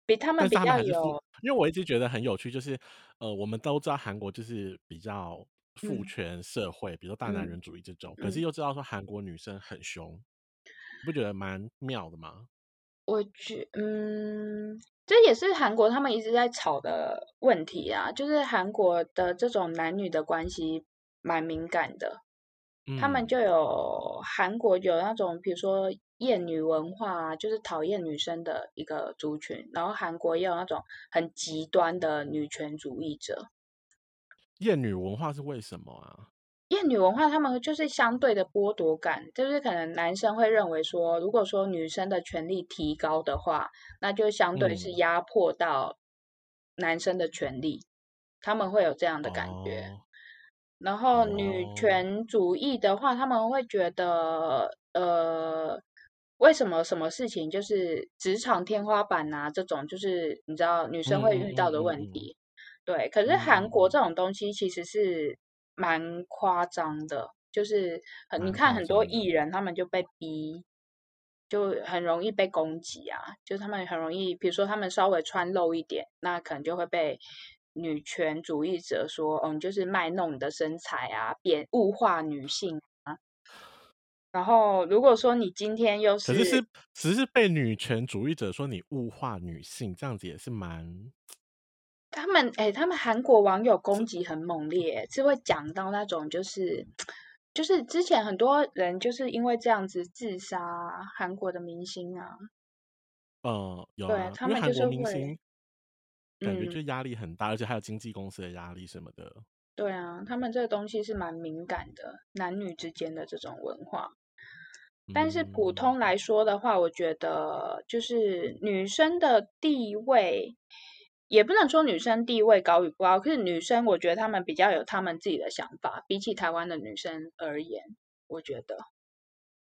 Speaker 2: 比她
Speaker 1: 但
Speaker 2: 们
Speaker 1: 是
Speaker 2: 比
Speaker 1: 他们
Speaker 2: 较
Speaker 1: 还是父，
Speaker 2: 有，
Speaker 1: 因为我一直觉得很有趣，就是呃，我们都知道韩国就是比较父
Speaker 2: 嗯
Speaker 1: 权社会，比如说大男
Speaker 2: 嗯
Speaker 1: 人主义这种，可是
Speaker 2: 嗯，
Speaker 1: 又知道说韩国女生很凶，你不觉得蛮妙的吗？
Speaker 2: 我觉，嗯，这也是韩国他们一直在吵的问题啊，就是韩国的这种男女的关系蛮敏感的，他们
Speaker 1: 嗯，
Speaker 2: 就有韩国有那种比如说厌女文化啊，就是讨厌女生的一个族群，然后韩国也有那种很极端的女权主义者。
Speaker 1: 厌女文化是为什么啊？
Speaker 2: 厌女文化，他们就是相对的剥夺感，就是可能男生会认为说，如果说女生的权利提高的话，那就相对是
Speaker 1: 嗯，
Speaker 2: 压迫到男生的权利，他们会有这样的感觉。
Speaker 1: 哦
Speaker 2: 然后女
Speaker 1: 哦，
Speaker 2: 权主义的话，他们会觉得，呃，为什么什么事情就是职场天花板啊，这种就是你知道女
Speaker 1: 嗯
Speaker 2: 生会
Speaker 1: 嗯
Speaker 2: 遇到
Speaker 1: 嗯
Speaker 2: 的
Speaker 1: 嗯
Speaker 2: 问
Speaker 1: 嗯
Speaker 2: 题。对，可是
Speaker 1: 嗯
Speaker 2: 韩
Speaker 1: 嗯
Speaker 2: 国
Speaker 1: 嗯，
Speaker 2: 这种东西其实是蛮夸张的，就是呃你
Speaker 1: 蛮
Speaker 2: 看
Speaker 1: 夸
Speaker 2: 很多
Speaker 1: 张的。
Speaker 2: 艺人他们就被逼，就很容易被攻击啊，就是他们很容易，比如说他们稍微穿露一点，那可能就会被女权主义者说，嗯，就是卖弄你的身材啊，贬物化女性。啊然后如果说你今天又
Speaker 1: 可是
Speaker 2: 是
Speaker 1: 是只是被女权主义者说你物化女性，这样子也是蛮
Speaker 2: 他们哎、诶他们韩国网友攻
Speaker 1: 这
Speaker 2: 击很猛烈，是会讲到那种就是就是之前很多人就是因为这样子自杀啊，韩国的明星啊，
Speaker 1: 呃有
Speaker 2: 对
Speaker 1: 啊，
Speaker 2: 他
Speaker 1: 因为
Speaker 2: 们就
Speaker 1: 韩国
Speaker 2: 是
Speaker 1: 明
Speaker 2: 会
Speaker 1: 星感觉
Speaker 2: 嗯。
Speaker 1: 就压力很大，而且还有经纪公司的压力什么的。
Speaker 2: 对啊，他们这个东西是蛮敏感的，男女之间的这种文化。但是普
Speaker 1: 嗯
Speaker 2: 通来说的话，我觉得就是女生的地位，也不能说女生地位高与不高，可是女生我觉得她们比较有她们自己的想法，比起台湾的女生而言，我觉得，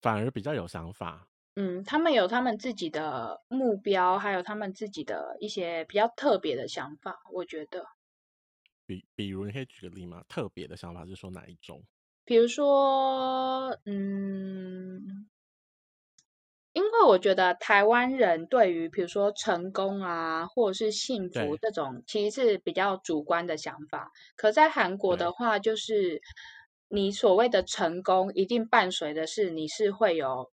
Speaker 1: 反而比较有想法。
Speaker 2: 嗯，她们有她们自己的目标，还有她们自己的一些比较特别的想法，我觉得。
Speaker 1: 比比如你可以举个例吗？特别的想法是说哪一种？
Speaker 2: 比如说，嗯，因为我觉得台湾人对于比如说成功啊，或者是幸福
Speaker 1: 对
Speaker 2: 这种，其实是比较主观的想法。可在韩国的
Speaker 1: 对，
Speaker 2: 话，就是你所谓的成功，一定伴随的是你是会有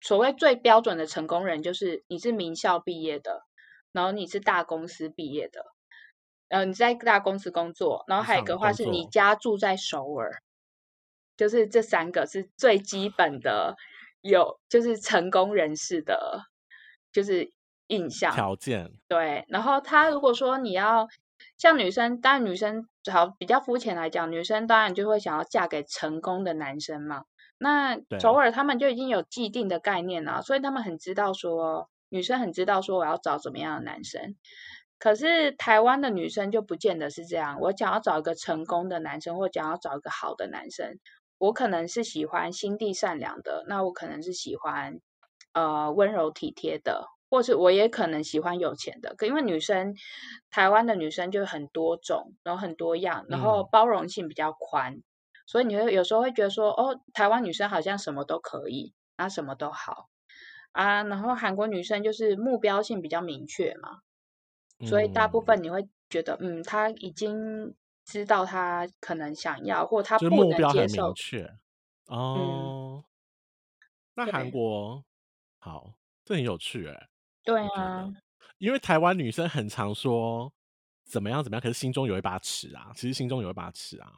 Speaker 2: 所谓最标准的成功人，就是你是名校毕业的，然后你是大公司毕业的，呃，你在大公司工作，然后
Speaker 1: 职
Speaker 2: 还有一
Speaker 1: 场
Speaker 2: 个话
Speaker 1: 工
Speaker 2: 是你
Speaker 1: 作，
Speaker 2: 家住在首尔。就是这三个是最基本的，有就是成功人士的，就是印象。
Speaker 1: 条件
Speaker 2: 对，然后他如果说你要像女生，当然女生好比较肤浅来讲，女生当然就会想要嫁给成功的男生嘛。那首
Speaker 1: 对，
Speaker 2: 尔他们就已经有既定的概念啦，所以他们很知道说，女生很知道说我要找怎么样的男生。可是台湾的女生就不见得是这样，我想要找一个成功的男生，或想要找一个好的男生，我可能是喜欢心地善良的，那我可能是喜欢呃温柔体贴的，或是我也可能喜欢有钱的。可因为女生，台湾的女生就很多种，然后很多样，然后
Speaker 1: 嗯，
Speaker 2: 包容性比较宽，所以你会有时候会觉得说，哦，台湾女生好像什么都可以，啊，什么都好啊。然后韩国女生就是目标性比较明确嘛，所以大部
Speaker 1: 嗯，
Speaker 2: 分你会觉得，嗯，她已经知道她可能想要，或她
Speaker 1: 就是
Speaker 2: 不
Speaker 1: 目
Speaker 2: 能
Speaker 1: 标
Speaker 2: 接
Speaker 1: 很明
Speaker 2: 受。
Speaker 1: 确
Speaker 2: 嗯，
Speaker 1: 哦。那
Speaker 2: 对。
Speaker 1: 韩国好，这很有趣哎、
Speaker 2: 对
Speaker 1: 我觉
Speaker 2: 啊，
Speaker 1: 得，因为台湾女生很常说怎么样怎么样，可是心中有一把尺啊，其实心中有一把尺啊，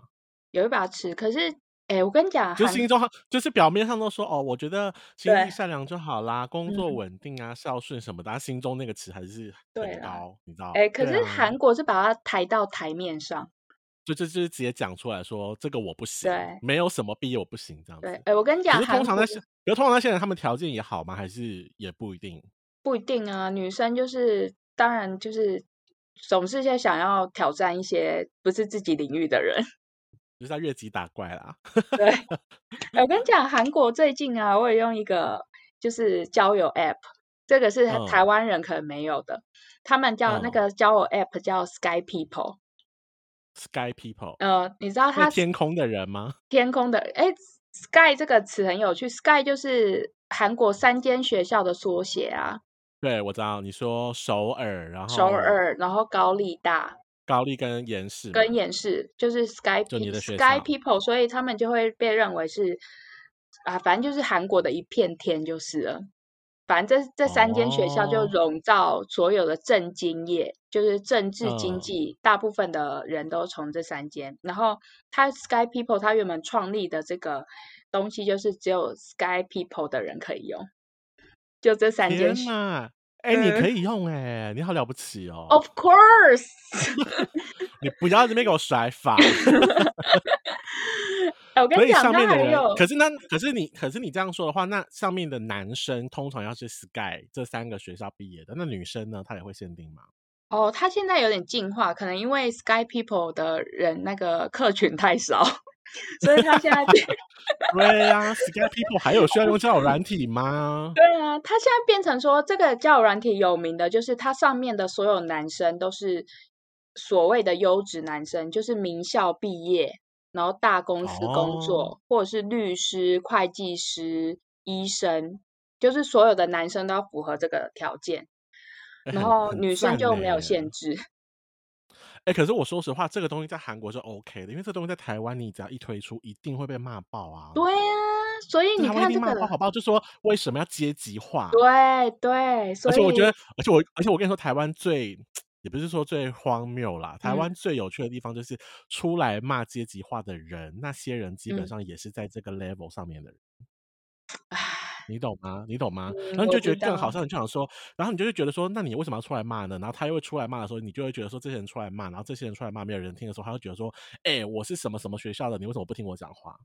Speaker 2: 有一把尺，可是，哎，我跟你讲，
Speaker 1: 就
Speaker 2: 韩，
Speaker 1: 心中就是表面上都说哦，我觉得心地
Speaker 2: 对，
Speaker 1: 善良就好啦，工作
Speaker 2: 嗯，
Speaker 1: 稳定啊，孝顺什么的，他心中那个尺还是
Speaker 2: 对
Speaker 1: 很
Speaker 2: 啦，
Speaker 1: 高，你知道？
Speaker 2: 哎，可
Speaker 1: 对
Speaker 2: 是
Speaker 1: 啊，
Speaker 2: 韩国是把它抬到台面上，
Speaker 1: 就就就是直接讲出来说这个我不行，
Speaker 2: 对，
Speaker 1: 没有什么毕业我不行这样
Speaker 2: 对，
Speaker 1: 子。
Speaker 2: 哎，我跟你
Speaker 1: 可
Speaker 2: 讲，
Speaker 1: 是通
Speaker 2: 韩
Speaker 1: 常
Speaker 2: 国
Speaker 1: 在现，可是通常在现在他们条件也好吗？还是也不一定？
Speaker 2: 不一定啊，女生就是当然就是总是些想要挑战一些不是自己领域的人，
Speaker 1: 就是在越级打怪啦。
Speaker 2: 对，哎我跟你讲，韩国最近啊，我也用一个就是交友 app，这个是
Speaker 1: 嗯
Speaker 2: 台湾人可能没有的，他们叫那
Speaker 1: 嗯
Speaker 2: 个交友 app 叫 Sky People。
Speaker 1: Sky people，
Speaker 2: 呃，你知道
Speaker 1: 是
Speaker 2: 它
Speaker 1: 天空的人吗？
Speaker 2: 天空的哎，sky 这个词很有趣，sky 就是韩国三间学校的缩写啊，
Speaker 1: 对，我知道你说首尔，然后
Speaker 2: 首尔，然后高丽大
Speaker 1: 高丽跟延世嘛，
Speaker 2: 跟延世，就是 sky
Speaker 1: 就你
Speaker 2: pe-
Speaker 1: 的学
Speaker 2: sky
Speaker 1: 校
Speaker 2: people，所以他们就会被认为是啊，反正就是韩国的一片天就是了。反正这这三间学校就
Speaker 1: 哦
Speaker 2: 笼罩所有的政经业，就是政治、经
Speaker 1: 嗯
Speaker 2: 济，大部分的人都从这三间。然后它 Sky People 它原本创立的这个东西，就是只有 Sky People 的人可以用，就这三间
Speaker 1: 天
Speaker 2: 学。
Speaker 1: 呐，哎、你可
Speaker 2: 嗯
Speaker 1: 以用哎、你好了不起哦！
Speaker 2: Of course，
Speaker 1: 你不要在那边给我 甩法。
Speaker 2: 哎我跟
Speaker 1: 所
Speaker 2: 你
Speaker 1: 以
Speaker 2: 讲，
Speaker 1: 上
Speaker 2: 它
Speaker 1: 面的
Speaker 2: 还
Speaker 1: 人，
Speaker 2: 有
Speaker 1: 可是那可是你可是你这样说的话，那上面的男生通常要是 Sky 这三个学校毕业的，那女生呢，她也会限定吗？
Speaker 2: 哦，它现在有点进化，可能因为 Sky People 的人那个客群太少， 所以它现在变
Speaker 1: 对啊，Sky people 还有需要用交友软体 吗？
Speaker 2: 对啊，他现在变成说，这个交友软体有名的就是它上面的所有男生都是所谓的优质男生，就是名校毕业，然后大公司工
Speaker 1: 哦，
Speaker 2: 作，或者是律师、会计师、医生，就是所有的男生都要符合这个条件，
Speaker 1: 哎、很
Speaker 2: 然后
Speaker 1: 很
Speaker 2: 女
Speaker 1: 赞
Speaker 2: 生
Speaker 1: 呢。欸
Speaker 2: 就没有限制。
Speaker 1: 哎、可是我说实话，这个东西在韩国是 OK 的，因为这东西在台湾，你只要一推出，一定会被骂爆啊。
Speaker 2: 对啊，所以
Speaker 1: 在
Speaker 2: 你
Speaker 1: 台湾一
Speaker 2: 看
Speaker 1: 定
Speaker 2: 这
Speaker 1: 骂爆，
Speaker 2: 个，
Speaker 1: 好不好？就说为什么要阶级化？
Speaker 2: 对对，
Speaker 1: 而
Speaker 2: 所
Speaker 1: 且我觉得，
Speaker 2: 以
Speaker 1: 而且我，而且我跟你说，台湾最也不是说最荒谬啦，台
Speaker 2: 嗯
Speaker 1: 湾最有趣的地方就是出来骂阶级化的人，那些人基本
Speaker 2: 嗯，
Speaker 1: 上也是在这个 level 上面的人。
Speaker 2: 唉，
Speaker 1: 你懂吗？你懂吗？然
Speaker 2: 嗯，
Speaker 1: 后你
Speaker 2: 我
Speaker 1: 就觉
Speaker 2: 知
Speaker 1: 得更好
Speaker 2: 道，
Speaker 1: 笑，你就想说，然后你就会觉得说，那你为什么要出来骂呢？然后他又会出来骂的时候，你就会觉得说，这些人出来骂，然后这些人出来骂，没有人听的时候，他会觉得说，哎、我是什么什么学校的，你为什么不听我讲话？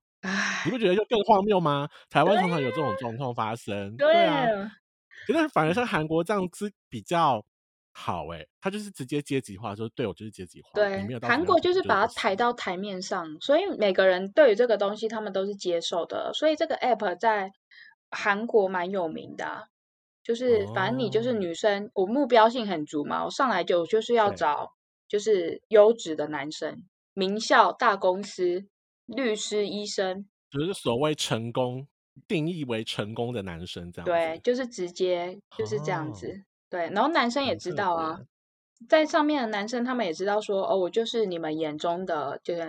Speaker 1: 你不
Speaker 2: 唉，
Speaker 1: 觉得就更荒谬吗？台
Speaker 2: 对
Speaker 1: 湾常常有这种状况发生，对啊，
Speaker 2: 对。
Speaker 1: 觉得反而像韩国这样子比较好诶、他就是直接阶级化，说对我就是阶级化，你
Speaker 2: 对，
Speaker 1: 没有到怎
Speaker 2: 韩
Speaker 1: 么样
Speaker 2: 国
Speaker 1: 怎么
Speaker 2: 就
Speaker 1: 样
Speaker 2: 是
Speaker 1: 就是
Speaker 2: 把
Speaker 1: 不
Speaker 2: 它抬
Speaker 1: 行。
Speaker 2: 到台面上，所以每个人对于这个东西他们都是接受的，所以这个 app 在韩国蛮有名的啊就是反正你就是
Speaker 1: 哦，
Speaker 2: 女生，我目标性很足嘛，我上来就就是要
Speaker 1: 对，
Speaker 2: 找就是优质的男生，名校、大公司、律师、医生，
Speaker 1: 就是所谓成功定义为成功的男生这样
Speaker 2: 对，
Speaker 1: 子。
Speaker 2: 就是直接就是这样
Speaker 1: 哦，
Speaker 2: 子，对，然后男生也
Speaker 1: 很
Speaker 2: 知
Speaker 1: 特
Speaker 2: 道啊，
Speaker 1: 别。
Speaker 2: 在上面的男生他们也知道说，哦，我就是你们眼中的，就是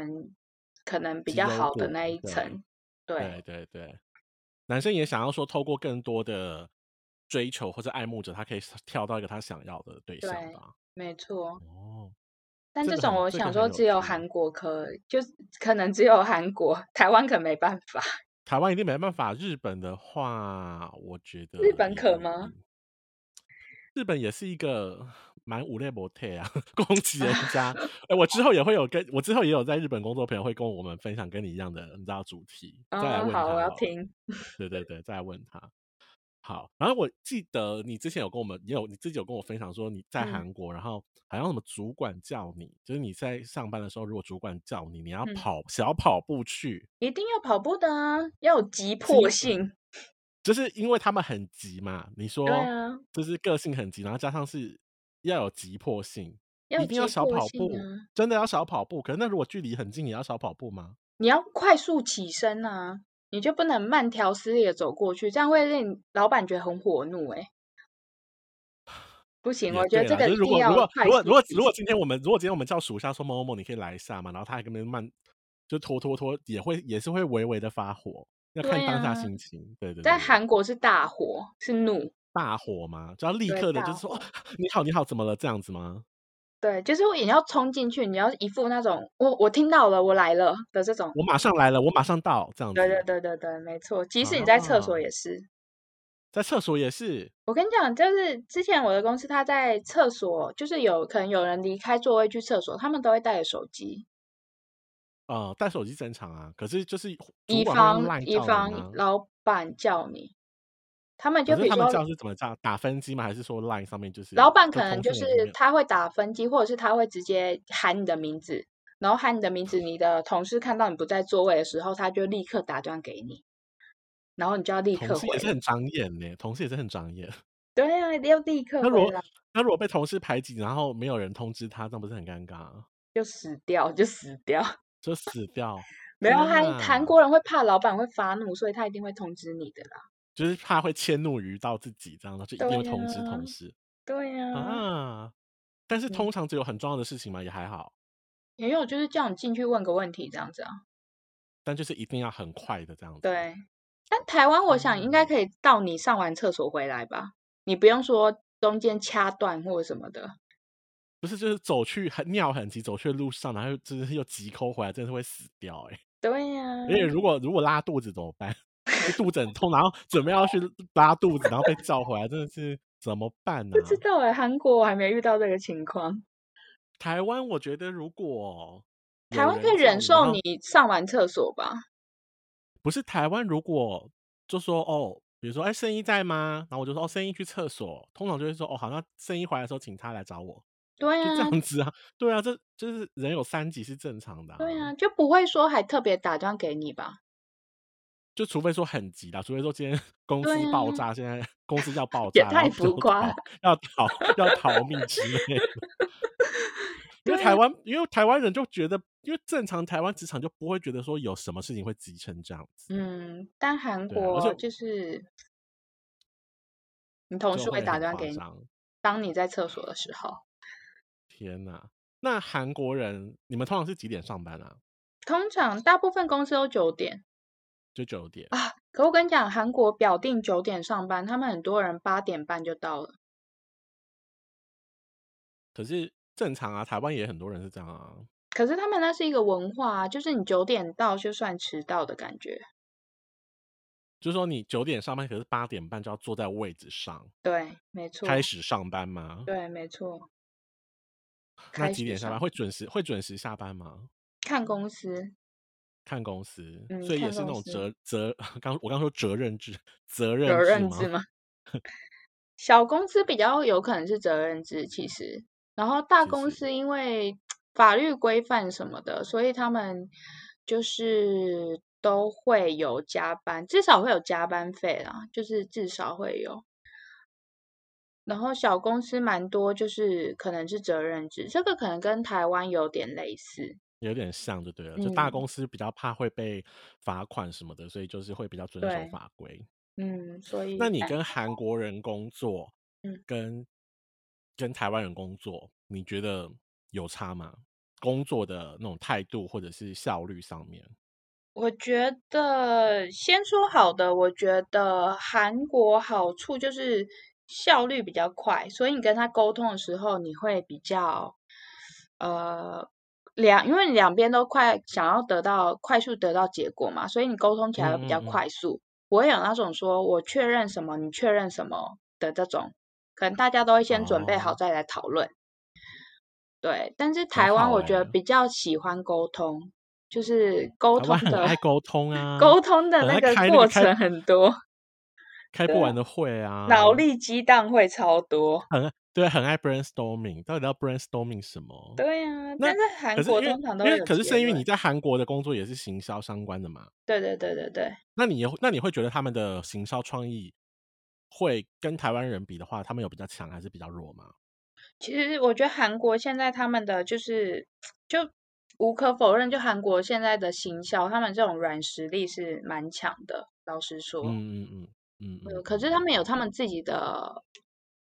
Speaker 2: 可能比
Speaker 1: 绩
Speaker 2: 较
Speaker 1: 优
Speaker 2: 好的
Speaker 1: 股，
Speaker 2: 那一
Speaker 1: 对
Speaker 2: 层，
Speaker 1: 对
Speaker 2: 对，
Speaker 1: 对对，男生也想要说，透过更多的追求或者爱慕者，他可以跳到一个他想要的对象
Speaker 2: 对，
Speaker 1: 吧。
Speaker 2: 没错。
Speaker 1: 哦，
Speaker 2: 但
Speaker 1: 这
Speaker 2: 这
Speaker 1: 个
Speaker 2: 种
Speaker 1: 很
Speaker 2: 我
Speaker 1: 这个
Speaker 2: 想
Speaker 1: 很
Speaker 2: 说，
Speaker 1: 有
Speaker 2: 只有
Speaker 1: 趣，
Speaker 2: 韩国可， 就是可能只有韩国，台湾可没办法。
Speaker 1: 台湾一定没办法，日本的话，我觉
Speaker 2: 日
Speaker 1: 得
Speaker 2: 本
Speaker 1: 也
Speaker 2: 可
Speaker 1: 不一
Speaker 2: 吗？
Speaker 1: 定。日本也是一个蛮无赖模特啊， 攻击 人家。哎、我之后也会有跟我之后也有在日本工作的朋友会跟我们分享跟你一样的，你知道主题，再来
Speaker 2: 啊、
Speaker 1: 问
Speaker 2: 好，
Speaker 1: 他
Speaker 2: 我要
Speaker 1: 好了。
Speaker 2: 听。
Speaker 1: 对对对，再来问他。好，然后我记得你之前有跟我们也有你自己有跟我分享说你在
Speaker 2: 嗯
Speaker 1: 韩国，然后好像什么主管叫你，就是你在上班的时候，如果主管叫你，你要
Speaker 2: 嗯，
Speaker 1: 跑小跑步去，
Speaker 2: 一定要跑步的啊，要有急
Speaker 1: 是
Speaker 2: 迫
Speaker 1: 因
Speaker 2: 性。
Speaker 1: 就是因为他们很急嘛，你
Speaker 2: 对
Speaker 1: 说
Speaker 2: 啊，
Speaker 1: 就是个性很急，然后加上是要有急迫性，
Speaker 2: 要
Speaker 1: 一
Speaker 2: 有
Speaker 1: 定要
Speaker 2: 急
Speaker 1: 小
Speaker 2: 迫
Speaker 1: 跑
Speaker 2: 性
Speaker 1: 步，
Speaker 2: 啊，
Speaker 1: 真的要小跑步。可是那如果距离很近，也要小跑步吗？
Speaker 2: 你要快速起身啊，你就不能慢条斯理的走过去，这样会令老板觉得很火怒、欸。不行，
Speaker 1: 也
Speaker 2: 我觉
Speaker 1: 对
Speaker 2: 得这
Speaker 1: 啦，
Speaker 2: 个
Speaker 1: 就是如
Speaker 2: 一定
Speaker 1: 果如
Speaker 2: 要
Speaker 1: 果
Speaker 2: 快
Speaker 1: 如果如
Speaker 2: 速
Speaker 1: 果
Speaker 2: 起
Speaker 1: 如果
Speaker 2: 身。
Speaker 1: 今天我们如果今天我们叫属下说某某某，你可以来一下嘛，然后他还跟别人慢就拖拖拖，也会也是会微微的发火，要看
Speaker 2: 对
Speaker 1: 当下
Speaker 2: 啊，
Speaker 1: 心情。对对
Speaker 2: 在
Speaker 1: 对对，
Speaker 2: 韩国是大火，是怒，
Speaker 1: 大火嘛，就要立
Speaker 2: 对，
Speaker 1: 刻的，就
Speaker 2: 大
Speaker 1: 是说、哦
Speaker 2: 火，
Speaker 1: 你好你好，怎么了这样子吗？
Speaker 2: 对，就是你要冲进去，你要一副那种我我听到了，我来了的这种。
Speaker 1: 我马上来了，我马上到这样
Speaker 2: 对对
Speaker 1: 子
Speaker 2: 对对对，没错。即使你在厕所
Speaker 1: 啊，
Speaker 2: 也是，
Speaker 1: 在厕所也是。
Speaker 2: 我跟你讲，就是之前我的公司，他在厕所，就是有可能有人离开座位去厕所，他们都会带着手机，
Speaker 1: 呃，带手机正常啊，可是就是主
Speaker 2: 以
Speaker 1: 管会用
Speaker 2: 防
Speaker 1: 赖
Speaker 2: 以
Speaker 1: 叫你
Speaker 2: 防
Speaker 1: 啊。
Speaker 2: 老板叫你。他们
Speaker 1: 可
Speaker 2: 就是比如
Speaker 1: 他们
Speaker 2: 说
Speaker 1: 叫是怎么叫？打分机吗？还是说 Line 上面就
Speaker 2: 老
Speaker 1: 是
Speaker 2: 板可
Speaker 1: 在
Speaker 2: 能
Speaker 1: 通
Speaker 2: 就
Speaker 1: 讯
Speaker 2: 是
Speaker 1: 软里面？
Speaker 2: 他会打分机，或者是他会直接喊你的名字，然后喊你的名字，你的同事看到你不在座位的时候，他就立刻打断给你，然后你就要立
Speaker 1: 同
Speaker 2: 刻
Speaker 1: 事
Speaker 2: 回
Speaker 1: 也是
Speaker 2: 来。
Speaker 1: 很长眼呢，同事也是很长眼。
Speaker 2: 对啊，要立刻
Speaker 1: 那如
Speaker 2: 回
Speaker 1: 果
Speaker 2: 来，
Speaker 1: 那如果被同事排挤，然后没有人通知他，那不是很尴尬，啊
Speaker 2: 就死掉，就死掉。
Speaker 1: 就死掉。
Speaker 2: 没有，啊
Speaker 1: 天
Speaker 2: 韩
Speaker 1: 呐，
Speaker 2: 韩国人会怕老板会发怒，所以他一定会通知你的啦。
Speaker 1: 就是怕会迁怒于到自己，这样，然后就一定会
Speaker 2: 对呀、
Speaker 1: 通知同事
Speaker 2: 对呀、
Speaker 1: 啊。但是
Speaker 2: 嗯，
Speaker 1: 通常只有很重要的事情嘛，也还好，
Speaker 2: 也有就是叫你进去问个问题这样子啊。
Speaker 1: 但就是一定要很快的这样子。
Speaker 2: 对，但台湾我
Speaker 1: 天
Speaker 2: 想应
Speaker 1: 呐，
Speaker 2: 该可以到你上完厕所回来吧，你不用说中间掐断或者什么的。
Speaker 1: 不是就是走去很尿很急，走去的路上，然后又就是又急抠回来，真的是会死掉哎、
Speaker 2: 对呀、
Speaker 1: 而且如
Speaker 2: 嗯
Speaker 1: 果如果拉肚子怎么办？ 就肚子很痛，然后准备要去拉肚子，然后被叫回来，真的是怎么办呢、
Speaker 2: 不知道哎、韩国我还没遇到这个情况。
Speaker 1: 台湾，我觉得如果
Speaker 2: 台
Speaker 1: 有
Speaker 2: 湾可
Speaker 1: 人
Speaker 2: 以
Speaker 1: 叫你，
Speaker 2: 忍
Speaker 1: 然
Speaker 2: 受
Speaker 1: 后
Speaker 2: 你上完厕所吧？
Speaker 1: 不是台湾，如果就说哦，比如说哎，圣一在吗？然后我就说哦，圣一去厕所，通常就会说哦，好，那圣一回来的时候，请他来找我，
Speaker 2: 对
Speaker 1: 就这
Speaker 2: 呀、
Speaker 1: 样子啊，对啊，这就是人有三急是正常的
Speaker 2: 对
Speaker 1: 啊，
Speaker 2: 呀、就不会说还特别打断给你吧？
Speaker 1: 就除非说很急啦，除非说今天 公
Speaker 2: 对
Speaker 1: 司
Speaker 2: 呀、
Speaker 1: 爆炸，现在公 司要爆
Speaker 2: 也
Speaker 1: 炸，然
Speaker 2: 太
Speaker 1: 后就
Speaker 2: 浮夸
Speaker 1: 逃，
Speaker 2: 了。
Speaker 1: 要逃，要逃命之类的。 因为
Speaker 2: 对
Speaker 1: 台
Speaker 2: 呀、
Speaker 1: 湾，因为台湾人就觉得，因为正常台湾职场就不会觉得说有什么事情会急成这样子，
Speaker 2: 嗯，但韩
Speaker 1: 对啊，而且
Speaker 2: 国就是你同
Speaker 1: 就
Speaker 2: 事会
Speaker 1: 会
Speaker 2: 打
Speaker 1: 很
Speaker 2: 断
Speaker 1: 夸
Speaker 2: 给你，
Speaker 1: 张。
Speaker 2: 当你在厕所的时候，
Speaker 1: 天呐，那韩国人，你们通常是几点上班啊？
Speaker 2: 通常大部分公司都九点
Speaker 1: 就九点。
Speaker 2: 啊。可我跟你讲，韩国表定九点上班，他们很多人八点半就到了。
Speaker 1: 可是正常啊，台湾也很多人是这样啊。
Speaker 2: 可是他们那是一个文化啊，就是你九点到就算迟到的感觉。
Speaker 1: 就是说你九点上班，可是八点半就要坐在位置上
Speaker 2: 对，没
Speaker 1: 开
Speaker 2: 错，
Speaker 1: 始上班吗？
Speaker 2: 对，没错，
Speaker 1: 那
Speaker 2: 开
Speaker 1: 几
Speaker 2: 始
Speaker 1: 点下班？
Speaker 2: 上
Speaker 1: 会准时会准时下班吗？
Speaker 2: 看公司，
Speaker 1: 看公司，
Speaker 2: 嗯，
Speaker 1: 所以也
Speaker 2: 看
Speaker 1: 是那
Speaker 2: 公
Speaker 1: 种
Speaker 2: 司
Speaker 1: 责责 刚我刚说责任制责
Speaker 2: 责
Speaker 1: 任制
Speaker 2: 任制
Speaker 1: 吗？
Speaker 2: 吗？小公司比较有可能是责任制，其实，然后大
Speaker 1: 其
Speaker 2: 公
Speaker 1: 实
Speaker 2: 司因为法律规范什么的，所以他们就是都会有加班，至少会有加班费啦，就是至少会有。然后小公司蛮多，就是可能是责任制，这个可能跟台湾有点类似。
Speaker 1: 有点像就对了，就大
Speaker 2: 嗯，
Speaker 1: 公司比较怕会被罚款什么的，所以就是会比较遵守
Speaker 2: 对，
Speaker 1: 法规。
Speaker 2: 嗯，所
Speaker 1: 那
Speaker 2: 以
Speaker 1: 你
Speaker 2: 哎，
Speaker 1: 跟韩国人工作，
Speaker 2: 嗯，
Speaker 1: 跟跟台湾人工作，你觉得有差吗？工作的那种态度或者是效率上面，
Speaker 2: 我觉得先说好的，我觉得韩国好处就是效率比较快，所以你跟他沟通的时候，你会比较呃两，因为你两边都快想要得到快速得到结果嘛，所以你沟通起来会比
Speaker 1: 嗯
Speaker 2: 较
Speaker 1: 嗯嗯，
Speaker 2: 快速，不会有那种说我确认什么，你确认什么的这种，可能大家都会先准备好
Speaker 1: 哦，
Speaker 2: 再来讨论。对，但是
Speaker 1: 很
Speaker 2: 台湾
Speaker 1: 好
Speaker 2: 我
Speaker 1: 哎、
Speaker 2: 觉得比较喜欢沟通，就是沟
Speaker 1: 台湾
Speaker 2: 通
Speaker 1: 很
Speaker 2: 的
Speaker 1: 爱沟通啊，
Speaker 2: 沟通的
Speaker 1: 很
Speaker 2: 那
Speaker 1: 爱
Speaker 2: 个
Speaker 1: 开那个
Speaker 2: 过
Speaker 1: 开
Speaker 2: 程很多，
Speaker 1: 开
Speaker 2: 对
Speaker 1: 不
Speaker 2: 啊，
Speaker 1: 完的会
Speaker 2: 脑
Speaker 1: 啊，
Speaker 2: 力激荡会超多。
Speaker 1: 很爱对，很爱 brainstorming，到底要 brainstorming 什么？
Speaker 2: 对啊，
Speaker 1: 那
Speaker 2: 但是
Speaker 1: 可
Speaker 2: 韩
Speaker 1: 是
Speaker 2: 国
Speaker 1: 因为
Speaker 2: 通常都
Speaker 1: 因
Speaker 2: 会
Speaker 1: 为
Speaker 2: 有
Speaker 1: 可是
Speaker 2: 结
Speaker 1: 是因为
Speaker 2: 论。
Speaker 1: 你在韩国的工作也是行销相关的嘛，
Speaker 2: 对对对对对，
Speaker 1: 那你有那你会觉得他们的行销创意会跟台湾人比的话，他们有比较强还是比较弱吗？
Speaker 2: 其实我觉得韩国现在他们的就是就无可否认，就韩国现在的行销，他们这种软实力是蛮强的，老实说。
Speaker 1: 嗯嗯嗯嗯
Speaker 2: 呃，
Speaker 1: 嗯
Speaker 2: 可
Speaker 1: 嗯
Speaker 2: 是他
Speaker 1: 嗯，
Speaker 2: 们有他们自己的，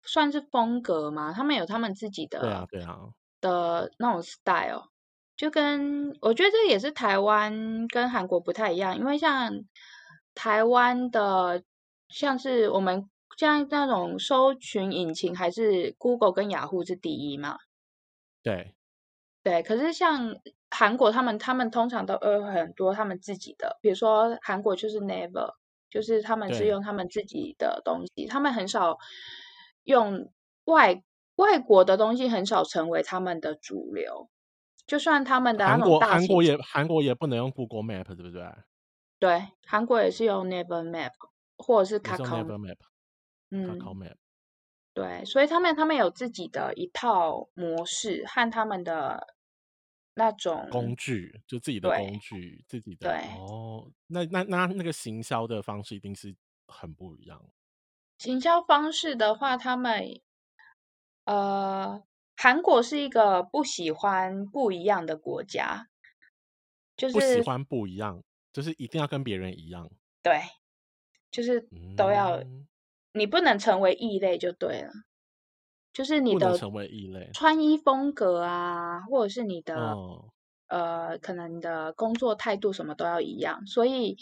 Speaker 2: 算是风格嘛，他们有他们自己
Speaker 1: 对啊
Speaker 2: 的
Speaker 1: 对啊，
Speaker 2: 的那种 style，就跟我觉得这也是台湾跟韩国不太一样，因为像台湾的，像是我们像那种搜寻引擎还是 Google 跟雅虎是第一嘛，
Speaker 1: 对，
Speaker 2: 对，可是像韩国他们，他们通常都有很多他们自己的，比如说韩国就是 Naver，就是他们是
Speaker 1: 对，
Speaker 2: 用他们自己的东西，他们很少用外外国的东西，很少成为他们的主流。就算他们的那
Speaker 1: 韩
Speaker 2: 种
Speaker 1: 国
Speaker 2: 大
Speaker 1: 韩
Speaker 2: 型
Speaker 1: 国
Speaker 2: 企，
Speaker 1: 也韩国也不能用 Google Map，对不对？
Speaker 2: 对，韩国也是用 Naver Map 或者是
Speaker 1: 也是用
Speaker 2: Kakao，
Speaker 1: Naver Map、Kakao
Speaker 2: 嗯，
Speaker 1: Map。
Speaker 2: 对，所以他们他们有自己的一套模式和他们的。那种
Speaker 1: 工具，就自己的
Speaker 2: 嗯对
Speaker 1: 工具，自己的
Speaker 2: 对
Speaker 1: 哦，那那那那个行销的方式一定是很不一样。
Speaker 2: 行销方式的话，他们呃，韩国是一个不喜欢不一样的国家，就
Speaker 1: 不喜
Speaker 2: 是
Speaker 1: 欢不一样，就是一定要跟别人一样。
Speaker 2: 对，就是都要，
Speaker 1: 嗯，
Speaker 2: 你不能成为异类就对了，就是你
Speaker 1: 不能
Speaker 2: 的
Speaker 1: 成为异类。
Speaker 2: 穿衣风格啊，或者是你的
Speaker 1: 哦，
Speaker 2: 呃，可能你的工作态度什么都要一样，所以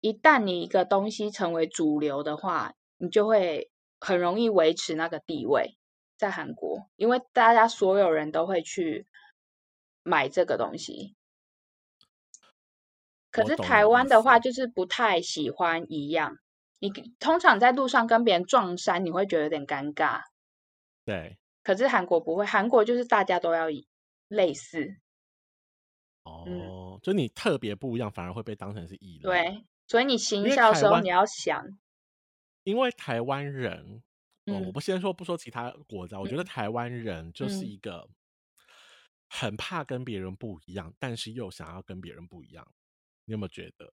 Speaker 2: 一旦你一个东西成为主流的话，你就会很容易维持那个地位。在韩国，因为大家所有人都会去买这个东西，可
Speaker 1: 我
Speaker 2: 是
Speaker 1: 懂你
Speaker 2: 台
Speaker 1: 的意
Speaker 2: 湾的话，
Speaker 1: 思。
Speaker 2: 就是不太喜欢一样。你跟通常在路上跟别人撞衫，你会觉得有点尴尬。
Speaker 1: 对，
Speaker 2: 可是韩国不会，韩国就是大家都要一类似，嗯，
Speaker 1: 哦，就你特别不一样，反而会被当成是异类。
Speaker 2: 对。所以你行
Speaker 1: 因为
Speaker 2: 销的
Speaker 1: 台
Speaker 2: 时候，
Speaker 1: 湾，
Speaker 2: 你要想，
Speaker 1: 因为台湾人，哦，我
Speaker 2: 嗯
Speaker 1: 不先说不说其他国家，我觉得
Speaker 2: 嗯
Speaker 1: 台湾人就是
Speaker 2: 嗯，
Speaker 1: 一个很怕跟别人不一样，但是又想要跟别人不一样。你有没有觉得？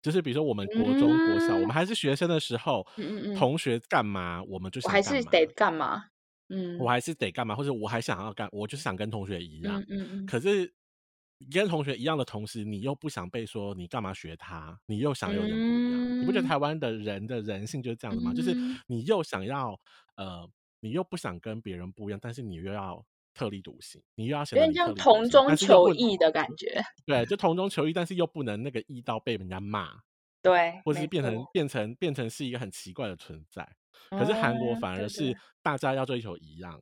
Speaker 1: 就是比如说我们国中、国小，我
Speaker 2: 嗯
Speaker 1: 们还是学生的时候，
Speaker 2: 嗯嗯嗯，
Speaker 1: 同学干嘛我们就
Speaker 2: 我
Speaker 1: 想
Speaker 2: 还
Speaker 1: 干
Speaker 2: 是
Speaker 1: 嘛，
Speaker 2: 得干嘛？
Speaker 1: 我
Speaker 2: 嗯
Speaker 1: 还是得干嘛，或者我还想要干，我就是想跟同学一样。
Speaker 2: 嗯嗯嗯
Speaker 1: 可是你跟同学一样的同时，你又不想被说你干嘛学他，你又想有点不一样。你不觉得
Speaker 2: 嗯
Speaker 1: 台湾的人的人性就是这样子吗？就是
Speaker 2: 嗯，
Speaker 1: 你又想要呃，你又不想跟别人不一样，但是你又要特立独行，你又要显
Speaker 2: 有
Speaker 1: 得
Speaker 2: 点
Speaker 1: 你特立
Speaker 2: 像
Speaker 1: 独
Speaker 2: 同
Speaker 1: 行，
Speaker 2: 中
Speaker 1: 但是又
Speaker 2: 求
Speaker 1: 不
Speaker 2: 异的感觉。
Speaker 1: 对，就同中求异，但是又不能那个异到被人家骂，
Speaker 2: 对，
Speaker 1: 或是
Speaker 2: 没
Speaker 1: 变成
Speaker 2: 错。
Speaker 1: 变成变成是一个很奇怪的存在。可是韩国
Speaker 2: 嗯，
Speaker 1: 反而
Speaker 2: 对对
Speaker 1: 是大家要追求一样，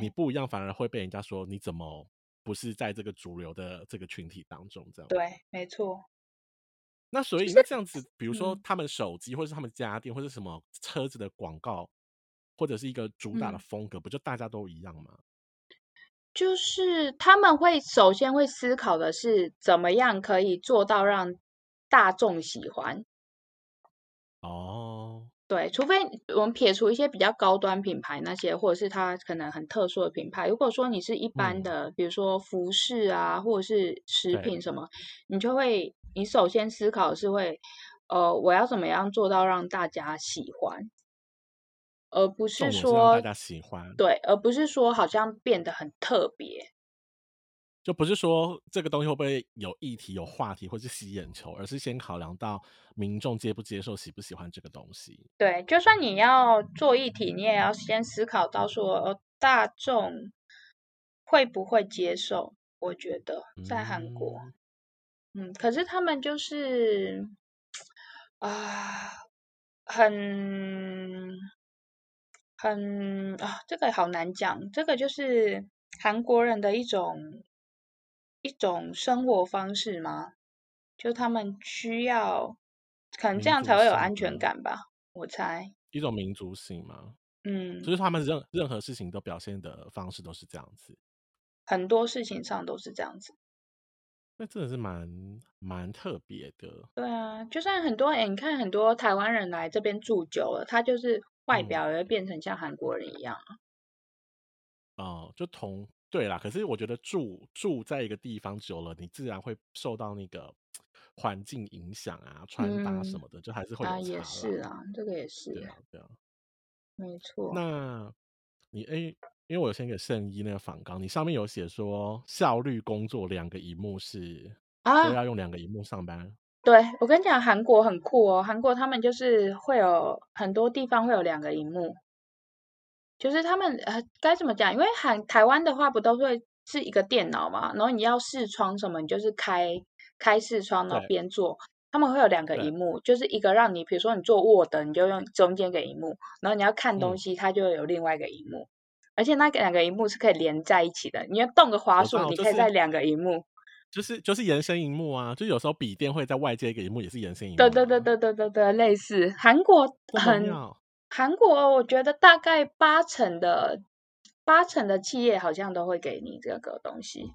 Speaker 1: 你
Speaker 2: 对
Speaker 1: 不一样反而会被人家说你怎么不是在这个主流的这个群体当中这样子。
Speaker 2: 对，没错，
Speaker 1: 那所
Speaker 2: 就
Speaker 1: 以
Speaker 2: 是
Speaker 1: 那这样子，比如说
Speaker 2: 嗯
Speaker 1: 他们手机或者是他们家电或者什么车子的广告，或者是一个主打的
Speaker 2: 嗯，
Speaker 1: 风格，不就大家都一样吗？
Speaker 2: 就是他们会首先会思考的是怎么样可以做到让大众喜欢。
Speaker 1: 哦，
Speaker 2: 对，除非我们撇除一些比较高端品牌那些，或者是它可能很特殊的品牌。如果说你是一般
Speaker 1: 嗯，
Speaker 2: 的，比如说服饰啊，或者是食
Speaker 1: 对，
Speaker 2: 品什么，你就会，你首先思考的是会，呃，我要怎么样做到让大家喜欢，而不
Speaker 1: 重
Speaker 2: 是
Speaker 1: 点是让大
Speaker 2: 说，
Speaker 1: 家喜欢，
Speaker 2: 对，而不是说好像变得很特别。
Speaker 1: 就不是说这个东西会不会有议题、有话题或是吸眼球，而是先考量到民众接不接受、喜不喜欢这个东西。
Speaker 2: 对，就算你要做议题，你也要先思考到说，呃大众会不会接受？我觉得在韩国，
Speaker 1: 嗯，
Speaker 2: 嗯，可是他们就是啊，很很啊，这个好难讲，这个就是韩国人的一种一种生活方式吗？就他们需要，可能这
Speaker 1: 民
Speaker 2: 样
Speaker 1: 族
Speaker 2: 才会有
Speaker 1: 性
Speaker 2: 安全
Speaker 1: 吗？
Speaker 2: 感吧，我猜，
Speaker 1: 一种民族性吗？所
Speaker 2: 嗯。
Speaker 1: 以他们任任何事情都表现的方式都是这样子，
Speaker 2: 很多事情上都是这样子。
Speaker 1: 那真的是蛮蛮特别的。
Speaker 2: 对啊，就算很多，哎，你看很多台湾人来这边住久了，他就是外
Speaker 1: 嗯，
Speaker 2: 表也会变成像韩国人一样啊。
Speaker 1: 哦、就同对啦。可是我觉得住住在一个地方久了，你自然会受到那个环境影响啊、穿搭什
Speaker 2: 嗯，
Speaker 1: 么的，就还是会有
Speaker 2: 啊，也
Speaker 1: 差
Speaker 2: 是
Speaker 1: 啦。
Speaker 2: 啊，这个也是，
Speaker 1: 对啊，对啊。
Speaker 2: 没错。
Speaker 1: 那你诶、因为我有先给圣衣那个访纲，你上面有写说效率工作两个荧幕是都
Speaker 2: 啊，
Speaker 1: 要用两个荧幕上班，
Speaker 2: 对，我跟你讲，韩国很酷哦，韩国他们就是会有很多地方会有两个荧幕，就是他们呃该怎么讲？因为韩台湾的话不都会是一个电脑嘛，然后你要视窗什么，你就是开开视窗，然后
Speaker 1: 对
Speaker 2: 边做。他们会有两个
Speaker 1: 对，
Speaker 2: 荧幕，就是一个让你，比如说你做 Word，你就用中间一个荧幕，然后你要看东
Speaker 1: 嗯，
Speaker 2: 西，它就会有另外一个荧幕，而且那个两个荧幕是可以连在一起的，你要动个滑
Speaker 1: 我知
Speaker 2: 鼠，
Speaker 1: 道，
Speaker 2: 你
Speaker 1: 就
Speaker 2: 可以在
Speaker 1: 是
Speaker 2: 两个荧幕。
Speaker 1: 就是就是延伸荧幕啊，就有时候笔电会在外接一个荧幕，也是延伸荧
Speaker 2: 对
Speaker 1: 幕
Speaker 2: 对对
Speaker 1: 啊，
Speaker 2: 对对对对，类似韩国
Speaker 1: 这么
Speaker 2: 很，
Speaker 1: 妙，
Speaker 2: 韩国我觉得大概八成的八成的企业好像都会给你这个东西，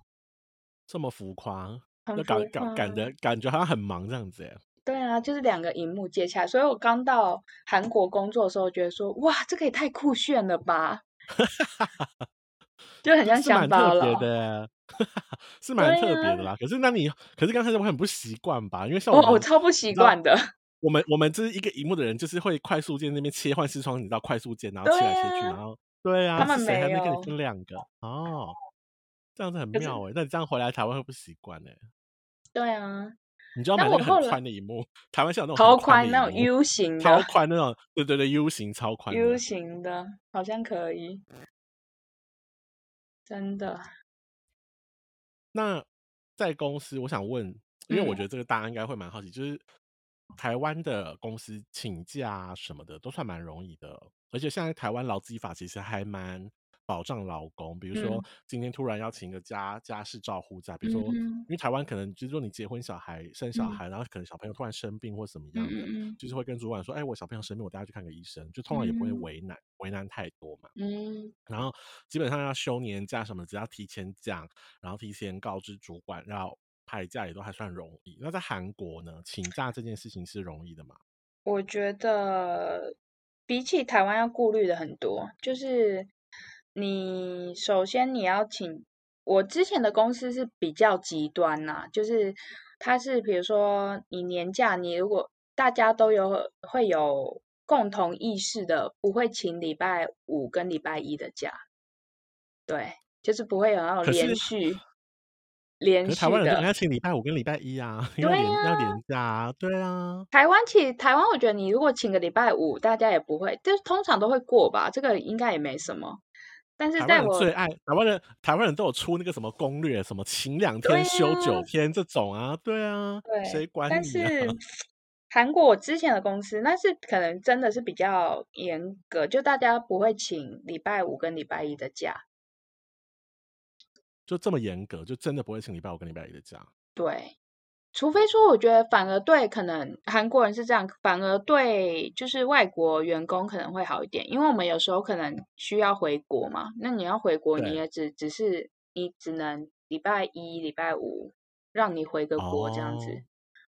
Speaker 1: 这么浮夸，
Speaker 2: 很
Speaker 1: 就感
Speaker 2: 浮
Speaker 1: 感
Speaker 2: 夸。
Speaker 1: 感觉感觉好像很忙这样子耶，
Speaker 2: 对啊，就是两个荧幕接起来，所以我刚到韩国工作的时候，觉得说，哇，这个 也太酷炫了吧，就很
Speaker 1: 这
Speaker 2: 像
Speaker 1: 是
Speaker 2: 乡
Speaker 1: 蛮特
Speaker 2: 巴
Speaker 1: 别
Speaker 2: 佬。
Speaker 1: 的耶， 是蛮
Speaker 2: 对
Speaker 1: 特别
Speaker 2: 啊
Speaker 1: 的啦。可是那你，可是刚开始我很不习惯吧，因为像我
Speaker 2: 我我
Speaker 1: 们
Speaker 2: 超不习惯的，
Speaker 1: 我们我们这是一个荧幕的人，就是会快速键那边切换视窗，你知道快速键，然后切来切去，
Speaker 2: 对啊
Speaker 1: 然后对啊，
Speaker 2: 他们
Speaker 1: 是谁还没
Speaker 2: 没
Speaker 1: 跟你
Speaker 2: 有
Speaker 1: 分两个哦？这样子很
Speaker 2: 可是
Speaker 1: 妙哎、那你这样回来台湾会不习惯哎，
Speaker 2: 对啊，
Speaker 1: 你就要
Speaker 2: 但
Speaker 1: 买那
Speaker 2: 我
Speaker 1: 个
Speaker 2: 后
Speaker 1: 很
Speaker 2: 来
Speaker 1: 宽的荧幕，台湾像有那种
Speaker 2: 超
Speaker 1: 哦很宽的
Speaker 2: 宽那
Speaker 1: 荧
Speaker 2: 种
Speaker 1: 幕
Speaker 2: U 型
Speaker 1: 超
Speaker 2: 的
Speaker 1: 宽那种，对对对，U 型超宽的
Speaker 2: U 型的，好像可以，真的，
Speaker 1: 那在公司，我想问，因为我
Speaker 2: 嗯
Speaker 1: 觉得这个大家应该会蛮好奇，就是台湾的公司请假啊什么的都算蛮容易的，而且现在台湾劳基法其实还蛮保障劳工，比如说
Speaker 2: 嗯
Speaker 1: 今天突然要请个家家事照护假，比如
Speaker 2: 嗯
Speaker 1: 说
Speaker 2: 哼
Speaker 1: 因为台湾可能就是说你结婚小孩生小
Speaker 2: 嗯
Speaker 1: 孩，然后可能小朋友突然生病或怎么
Speaker 2: 嗯
Speaker 1: 样的，
Speaker 2: 嗯
Speaker 1: 就是会跟主管说，哎，我小朋友生病，我带他去看个医生，就通常也不会
Speaker 2: 嗯
Speaker 1: 为难为难太多嘛。
Speaker 2: 嗯
Speaker 1: 然后基本上要休年假什么，只要提前讲，然后提前告知主管，要排假也都还算容易。那在韩国呢，请假这件事情是容易的嘛？
Speaker 2: 我觉得比起台湾要顾虑的很多，就是你首先你要请，我之前的公司是比较极端呐、就是它是比如说你年假，你如果大家都有会有共同意识的，不会请礼拜五跟礼拜一的假，对，就是不会有那种
Speaker 1: 可是
Speaker 2: 连续连
Speaker 1: 可是台
Speaker 2: 续
Speaker 1: 湾人就
Speaker 2: 嗯的
Speaker 1: 应该请礼拜五跟礼拜一啊， 因
Speaker 2: 对
Speaker 1: 为连
Speaker 2: 呀、
Speaker 1: 要连假啊，对啊，
Speaker 2: 台湾其实台湾，我觉得你如果请个礼拜五，大家也不会，就是通常都会过吧，这个应该也没什么。但是
Speaker 1: 台湾
Speaker 2: 在
Speaker 1: 人
Speaker 2: 我
Speaker 1: 最爱台湾人，台湾人都有出那个什么攻略，什么请两
Speaker 2: 对
Speaker 1: 天休九
Speaker 2: 啊，
Speaker 1: 天这种啊，对啊，
Speaker 2: 对，
Speaker 1: 谁管
Speaker 2: 但
Speaker 1: 你啊？
Speaker 2: 是 韩国我之前的公司，那是可能真的是比较严格，就大家不会请礼拜五跟礼拜一的假。
Speaker 1: 就这么严格，就真的不会请礼拜五跟礼拜一的假。
Speaker 2: 对，除非说，我觉得反而对可能韩国人是这样，反而对就是外国员工可能会好一点，因为我们有时候可能需要回国嘛，那你要回国，你
Speaker 1: 对，
Speaker 2: 也只只是你只能礼拜一、礼拜五让你回个国这样子，
Speaker 1: 哦，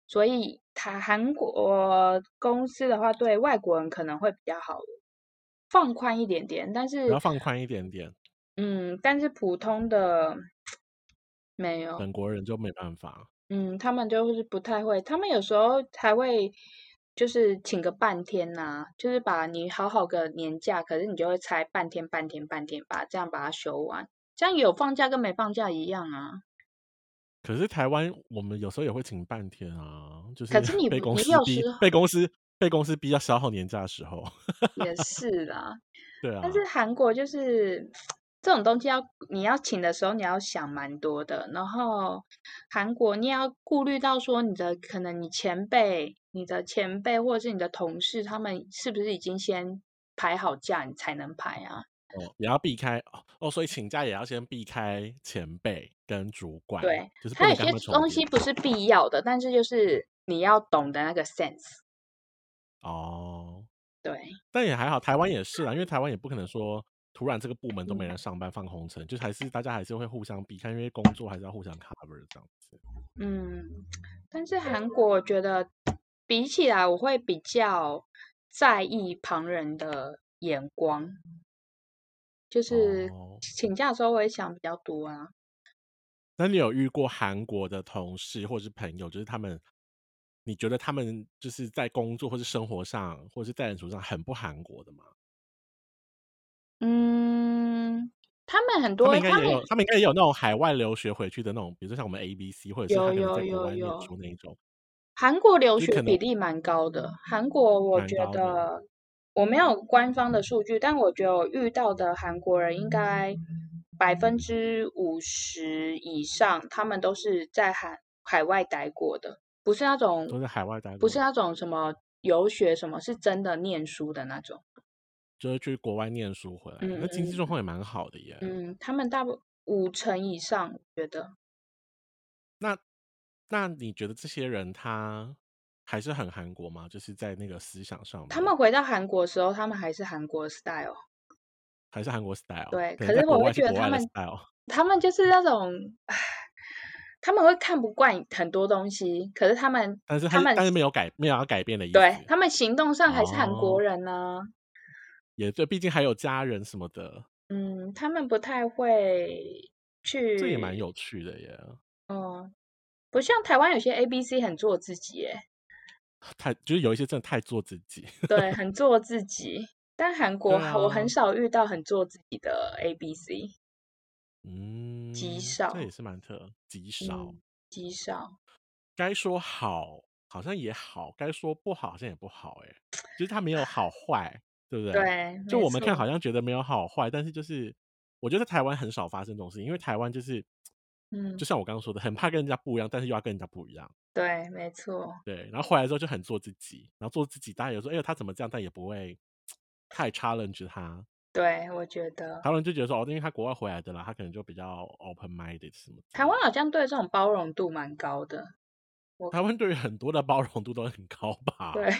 Speaker 2: 所以他韩国公司的话，对外国人可能会比较好，放宽一点点，但
Speaker 1: 你要
Speaker 2: 是
Speaker 1: 放宽一点点，
Speaker 2: 嗯，但是普通的没有。
Speaker 1: 本国人就没办法。
Speaker 2: 嗯，他们就是不太会，他们有时候还会就是请个半天呐、就是把你好好的年假，可是你就会拆半天、半天、半天，把这样把它休完，这样有放假跟没放假一样啊。
Speaker 1: 可是台湾我们有时候也会请半天啊，就
Speaker 2: 可
Speaker 1: 是
Speaker 2: 是 你
Speaker 1: 被
Speaker 2: 不，
Speaker 1: 公
Speaker 2: 你
Speaker 1: 司
Speaker 2: 有
Speaker 1: 逼，
Speaker 2: 时
Speaker 1: 被公司被公司逼要消耗年假的时候，
Speaker 2: 也是啦，
Speaker 1: 对
Speaker 2: 但是
Speaker 1: 啊，
Speaker 2: 韩国就是这种东西要你要请的时候，你要想蛮多的。然后韩国你也要顾虑到说你的可能你前辈、你的前辈或者是你的同事，他们是不是已经先排好假，你才能排啊？
Speaker 1: 哦，也要避开哦哦，所以请假也要先避开前辈跟主管，
Speaker 2: 对，
Speaker 1: 就是不
Speaker 2: 它有
Speaker 1: 能跟他
Speaker 2: 些
Speaker 1: 们重
Speaker 2: 东
Speaker 1: 叠
Speaker 2: 西不是必要的，但是就是你要懂得那个 sense。
Speaker 1: 哦。
Speaker 2: 对，
Speaker 1: 但也还好，台湾也是啊啦，因为台湾也不可能说突然这个部门都没
Speaker 2: 嗯
Speaker 1: 人上班放空城，就是还是大家还是会互相避开，因为工作还是要互相 cover 这样子。
Speaker 2: 嗯，但是韩国我觉得比起来，我会比较在意旁人的眼光。就是
Speaker 1: 哦，
Speaker 2: 请假的时候我会想比较多啊。
Speaker 1: 那你有遇过韩国的同事或是朋友，就是他们，你觉得他们就是在工作或是生活上，或是待人处上很不韩国的吗？
Speaker 2: 嗯，他们很
Speaker 1: 他们
Speaker 2: 多，
Speaker 1: 应该
Speaker 2: 他
Speaker 1: 也
Speaker 2: 们
Speaker 1: 有，他们应该也有那种海外留学回去的那种，比如说像我们 A B C，或者是他
Speaker 2: 有
Speaker 1: 可能在国
Speaker 2: 有有
Speaker 1: 外念
Speaker 2: 有，
Speaker 1: 书那一种，
Speaker 2: 韩国留
Speaker 1: 就是
Speaker 2: 学
Speaker 1: 可能
Speaker 2: 比例蛮高的。韩国我
Speaker 1: 蛮
Speaker 2: 觉
Speaker 1: 高的。
Speaker 2: 得我没有官方的数据，但我觉得我遇到的韩国人应该百分之五十以上，他们都是在海海外待过的，不是那种
Speaker 1: 都在海外待
Speaker 2: 不
Speaker 1: 过
Speaker 2: 是啊
Speaker 1: 的，
Speaker 2: 那种什么游学什么，是真的念书的那种。
Speaker 1: 就是去国外念书回来的，
Speaker 2: 嗯
Speaker 1: 那经济
Speaker 2: 嗯。
Speaker 1: 状况也蛮好的耶。
Speaker 2: 嗯，他们大部五成以上，我觉得，
Speaker 1: 那那你觉得这些人他还是很韩国吗？就是在那个思想上
Speaker 2: 他
Speaker 1: 面，
Speaker 2: 们回到韩国的时候，他们还是韩国 style。
Speaker 1: 还是韩国 style？
Speaker 2: 对，
Speaker 1: 可
Speaker 2: 可
Speaker 1: 能在
Speaker 2: 是我
Speaker 1: 国
Speaker 2: 会
Speaker 1: 外是
Speaker 2: 觉得
Speaker 1: 国
Speaker 2: 他
Speaker 1: 外的
Speaker 2: 们，
Speaker 1: style。
Speaker 2: 他们就是那种，唉他们会看不惯很多东西，可是他们，
Speaker 1: 但是他
Speaker 2: 他
Speaker 1: 是
Speaker 2: 们，
Speaker 1: 但是没有改没有要改变的意
Speaker 2: 对，
Speaker 1: 思
Speaker 2: 他们行动上还是韩国
Speaker 1: 哦，
Speaker 2: 人啊呢、
Speaker 1: 也对，毕竟还有家人什么的
Speaker 2: 嗯，他们不太会。去，
Speaker 1: 这也蛮有趣的耶。
Speaker 2: 嗯，不像台湾有些 A B C 很做自己耶，
Speaker 1: 太就是有一些真的太做自己，
Speaker 2: 对，很做自己。但韩国
Speaker 1: 对
Speaker 2: 我
Speaker 1: 啊
Speaker 2: 很少遇到很做自己的 A B C，
Speaker 1: 嗯，
Speaker 2: 少
Speaker 1: 这也是蛮特极少。
Speaker 2: 嗯，极少。
Speaker 1: 该说好好像也好，该说不好好像也不好、欸，哎，就是它没有好坏，对不对？
Speaker 2: 对，
Speaker 1: 就
Speaker 2: 没
Speaker 1: 我们看
Speaker 2: 错
Speaker 1: 好像觉得没有好坏，但是就是我觉得在台湾很少发生这种事情，因为台湾就是
Speaker 2: 嗯
Speaker 1: 就，像我刚刚说的，很怕跟人家不一样，但是又要跟人家不一样，
Speaker 2: 对，没错，
Speaker 1: 对。然后回来之后就很做自己，然后做自己，大家有时候哎呦他怎么这样，但也不会太 challenge 他。
Speaker 2: 对，我觉得
Speaker 1: 台湾人就觉得说哦，因为他国外回来的啦，他可能就比较 open minded 什么之类的。
Speaker 2: 台湾好像对这种包容度蛮高的。
Speaker 1: 台湾对于很多的包容度都很高吧？
Speaker 2: 对，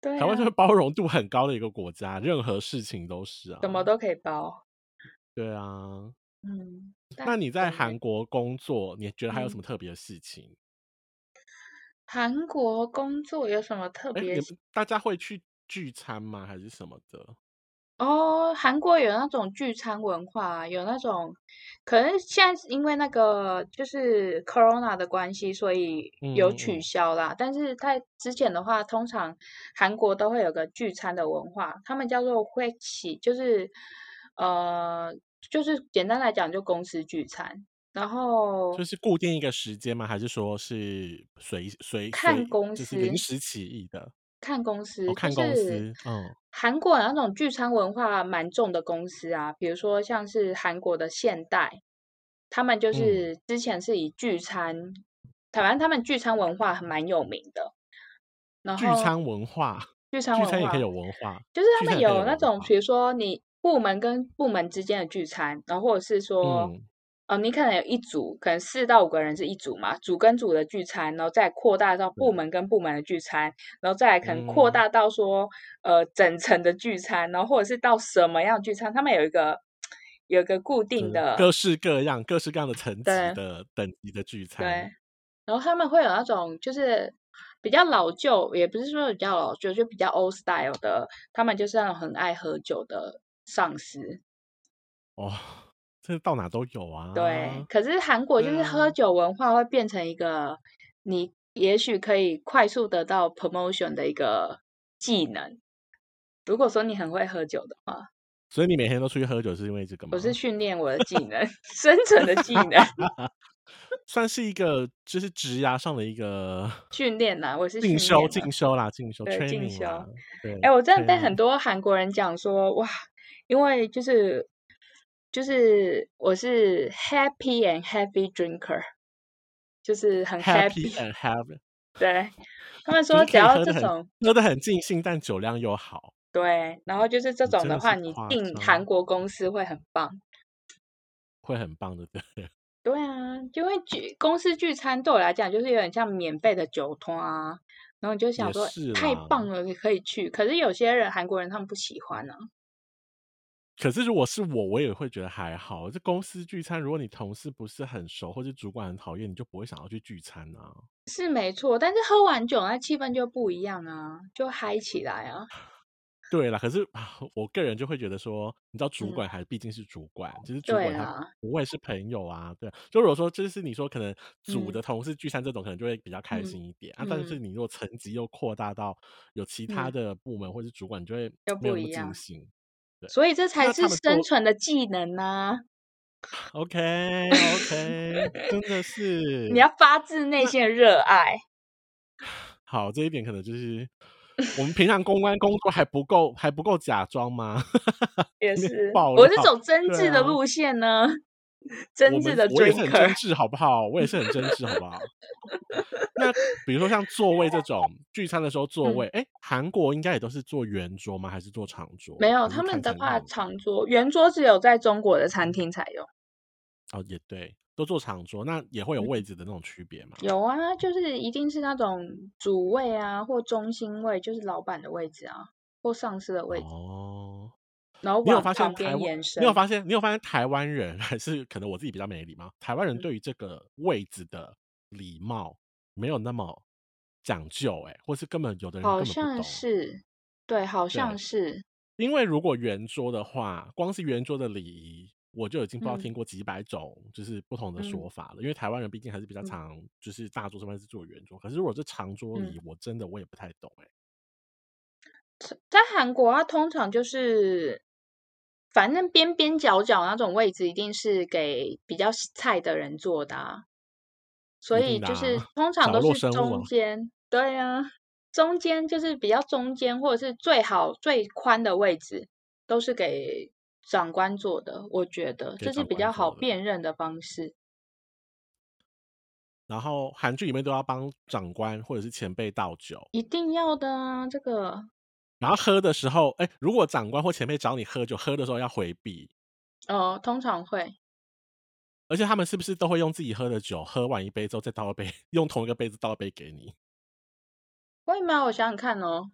Speaker 2: 对、啊，
Speaker 1: 台湾是包容度很高的一个国家，任何事情都是啊。
Speaker 2: 什么？都可以包。
Speaker 1: 对啊。
Speaker 2: 嗯，但
Speaker 1: 那你在
Speaker 2: 对
Speaker 1: 韩国工作，你觉得还有什
Speaker 2: 嗯
Speaker 1: 么特别的事情？
Speaker 2: 韩国工作有什么特
Speaker 1: 哎、
Speaker 2: 别
Speaker 1: 你
Speaker 2: 喜？
Speaker 1: 们大家会去聚餐吗？还是什么的？
Speaker 2: 哦，韩国有那种聚餐文化啊，有那种，可能现在是因为那个就是 corona 的关系，所以有
Speaker 1: 嗯嗯
Speaker 2: 取
Speaker 1: 嗯，
Speaker 2: 消啦。但是在之前的话，通常韩国都会有个聚餐的文化，他们叫做会起，就是呃，就是简单来讲，就公司聚餐，然后
Speaker 1: 就是固定一个时间吗？还是说是随随
Speaker 2: 看
Speaker 1: 随，
Speaker 2: 公
Speaker 1: 就是
Speaker 2: 司，
Speaker 1: 临时起意的？
Speaker 2: 看公
Speaker 1: 我、
Speaker 2: 司，就
Speaker 1: 哦看公
Speaker 2: 是
Speaker 1: 司，嗯
Speaker 2: 韩国有那种聚餐文化蛮重的公司啊，比如说像是韩国的现代，他们就
Speaker 1: 嗯
Speaker 2: 是之前是以聚餐，台湾他们聚餐文化还蛮有名的，然
Speaker 1: 聚
Speaker 2: 后
Speaker 1: 餐文化，
Speaker 2: 聚餐
Speaker 1: 聚
Speaker 2: 文
Speaker 1: 餐也可以
Speaker 2: 化
Speaker 1: 有文化，
Speaker 2: 就是
Speaker 1: 聚餐
Speaker 2: 他们
Speaker 1: 也可以有
Speaker 2: 有那
Speaker 1: 文
Speaker 2: 种，
Speaker 1: 化，
Speaker 2: 比如说你部门跟部门之间的聚餐，然后或者是说。
Speaker 1: 嗯
Speaker 2: 呃，你可能有一组，可能四到五个人是一组嘛，组跟组的聚餐，然后再扩大到部
Speaker 1: 对，
Speaker 2: 门跟部门的聚餐，然后再来可能扩
Speaker 1: 嗯
Speaker 2: 大到说，呃，整层的聚餐，然后或者是到什么样的聚餐，他们有一个有一个固定
Speaker 1: 对，
Speaker 2: 的，
Speaker 1: 各式各样、各式各样的层级
Speaker 2: 对
Speaker 1: 的等级的聚餐，
Speaker 2: 对，然后他们会有那种就是比较老旧，也不是说比较老旧，就比较 old style 的，他们就是那种很爱喝酒的上司，
Speaker 1: 哦，这到哪都有
Speaker 2: 对，
Speaker 1: 啊。
Speaker 2: 可是韩国
Speaker 1: 对
Speaker 2: 就是喝
Speaker 1: 啊，
Speaker 2: 酒文化会变成一个你也许可以快速得到 promotion 的一个技能。如果说你很会喝酒的话，
Speaker 1: 所以你每天都出去喝酒是因为这个
Speaker 2: 我是
Speaker 1: 吗？
Speaker 2: 训练我的 技能，生存的技能
Speaker 1: 算是一个就是职涯上的一个
Speaker 2: 训练啦，我是
Speaker 1: 进
Speaker 2: 训
Speaker 1: 修、
Speaker 2: 练啦，
Speaker 1: 进修啦、进修
Speaker 2: 对，进
Speaker 1: training 啦，
Speaker 2: 修。哎，
Speaker 1: 对
Speaker 2: 我真的被很
Speaker 1: training，
Speaker 2: 多韩国人讲说，哇，因为就是就是我是 happy and happy drinker，就是很
Speaker 1: happy
Speaker 2: happy，
Speaker 1: and have，
Speaker 2: 对，他们
Speaker 1: 就是
Speaker 2: 说只
Speaker 1: 可以
Speaker 2: 要
Speaker 1: 喝
Speaker 2: 这
Speaker 1: 的很
Speaker 2: 种。
Speaker 1: 喝的很尽兴，但酒量又好，
Speaker 2: 对，然后就是这
Speaker 1: 你
Speaker 2: 种
Speaker 1: 哦真
Speaker 2: 的
Speaker 1: 的
Speaker 2: 话，
Speaker 1: 是
Speaker 2: 你
Speaker 1: 夸
Speaker 2: 进韩
Speaker 1: 张，
Speaker 2: 国公司会很棒。
Speaker 1: 会很棒的，对 不对？
Speaker 2: 对啊，因为聚公司聚餐对我来讲就是有点像免费的酒托啊，然后你就想
Speaker 1: 也
Speaker 2: 说
Speaker 1: 是
Speaker 2: 太
Speaker 1: 啦，
Speaker 2: 棒了，你可以去。可是有些人韩国人他们不喜欢啊，
Speaker 1: 可是如果是我，我也会觉得还好。这公司聚餐，如果你同事不是很熟，或者主管很讨厌，你就不会想要去聚餐啊。
Speaker 2: 是没错，但是喝完酒那气氛就不一样啊，就嗨起来啊。
Speaker 1: 对啦，可是啊我个人就会觉得说，你知道，主
Speaker 2: 嗯，
Speaker 1: 管还毕竟是主管，就是主
Speaker 2: 对
Speaker 1: 管他
Speaker 2: 啦，
Speaker 1: 不会是朋友啊。对，就如果说就是你说可能组的
Speaker 2: 嗯
Speaker 1: 同事聚餐这种，可能就会比较开
Speaker 2: 嗯
Speaker 1: 心一点啊。但是
Speaker 2: 嗯
Speaker 1: 你如果层级又扩大到有其他
Speaker 2: 嗯，
Speaker 1: 的部门或是主管，你就会
Speaker 2: 又
Speaker 1: 没有那
Speaker 2: 不
Speaker 1: 么
Speaker 2: 一
Speaker 1: 尽
Speaker 2: 样，
Speaker 1: 兴。对，
Speaker 2: 所以这才
Speaker 1: 那他
Speaker 2: 是
Speaker 1: 们
Speaker 2: 生
Speaker 1: 做
Speaker 2: 存的技能啊呐、
Speaker 1: OK OK，真的
Speaker 2: 你
Speaker 1: 是
Speaker 2: 要发自内
Speaker 1: 那。
Speaker 2: 心的热爱。
Speaker 1: 好，这一点可能就是我们平常公关工作还不够，还不够假装吗？
Speaker 2: 也
Speaker 1: 今天
Speaker 2: 是，
Speaker 1: 爆
Speaker 2: 我是
Speaker 1: 料，
Speaker 2: 走真
Speaker 1: 对
Speaker 2: 挚的
Speaker 1: 啊，
Speaker 2: 路线呢，
Speaker 1: 我
Speaker 2: 真挚
Speaker 1: 们
Speaker 2: 的
Speaker 1: 我也是很
Speaker 2: drinker。
Speaker 1: 真挚，好不好？我也是很真挚，好不好？那比如说像座位这种聚餐的时候座位，
Speaker 2: 嗯，
Speaker 1: 哎，韩国应该也都是坐圆桌吗？还是坐长
Speaker 2: 没
Speaker 1: 桌？
Speaker 2: 有，
Speaker 1: 还是
Speaker 2: 他们
Speaker 1: 看
Speaker 2: 的
Speaker 1: 餐
Speaker 2: 话，
Speaker 1: 厅？
Speaker 2: 长桌圆桌只有在中国的餐厅才有。
Speaker 1: 哦，也对，都坐长桌，那也会有位
Speaker 2: 嗯，
Speaker 1: 置的那种区别吗？
Speaker 2: 有啊，就是一定是那种主位啊，或中心位，就是老板的位置啊，或上司的位置，
Speaker 1: 哦，
Speaker 2: 然后
Speaker 1: 你有
Speaker 2: 往
Speaker 1: 发现
Speaker 2: 旁
Speaker 1: 台
Speaker 2: 边
Speaker 1: 湾？
Speaker 2: 延
Speaker 1: 你有
Speaker 2: 伸。
Speaker 1: 发现？你有发现台湾人还是可能我自己比较没礼貌？台湾人
Speaker 2: 嗯，
Speaker 1: 对于这个位置的礼貌没有那么讲究、欸，或是根本有的人
Speaker 2: 好
Speaker 1: 根本不
Speaker 2: 像
Speaker 1: 懂。
Speaker 2: 是，对，好像
Speaker 1: 对，
Speaker 2: 是，
Speaker 1: 因为如果圆桌的话，光是圆桌的礼仪，我就已经不知道
Speaker 2: 嗯
Speaker 1: 听过几百种就是不同的说
Speaker 2: 嗯
Speaker 1: 法了。因为台湾人毕竟还是比较
Speaker 2: 嗯
Speaker 1: 常就是大桌上面是做圆桌，可是如果是长桌
Speaker 2: 嗯
Speaker 1: 里，我真的我也不太懂哎、
Speaker 2: 在韩国，它通常就是，反正边边角角那种位置一定是给比较菜的人坐的啊，所
Speaker 1: 一定
Speaker 2: 以
Speaker 1: 的
Speaker 2: 就
Speaker 1: 啊
Speaker 2: 是通常
Speaker 1: 角
Speaker 2: 都
Speaker 1: 落
Speaker 2: 是
Speaker 1: 生物
Speaker 2: 中
Speaker 1: 啊
Speaker 2: 间，对啊，中间就是比较中间或者是最好最宽的位置，都是给长官坐的，我觉得
Speaker 1: 给
Speaker 2: 这是
Speaker 1: 长
Speaker 2: 比
Speaker 1: 官
Speaker 2: 较好
Speaker 1: 做的。
Speaker 2: 辨认的方式。
Speaker 1: 然后韩剧里面都要帮长官或者是前辈倒酒，
Speaker 2: 一定要的啊，这个
Speaker 1: 然后喝的时候，哎，如果长官或前辈找你喝酒，喝的时候要回避。
Speaker 2: 呃，通常会。
Speaker 1: 而且他们是不是都会用自己喝的酒，喝完一杯之后再倒一杯， 用同一个杯子倒一杯给你？
Speaker 2: 会吗？我想想看哦，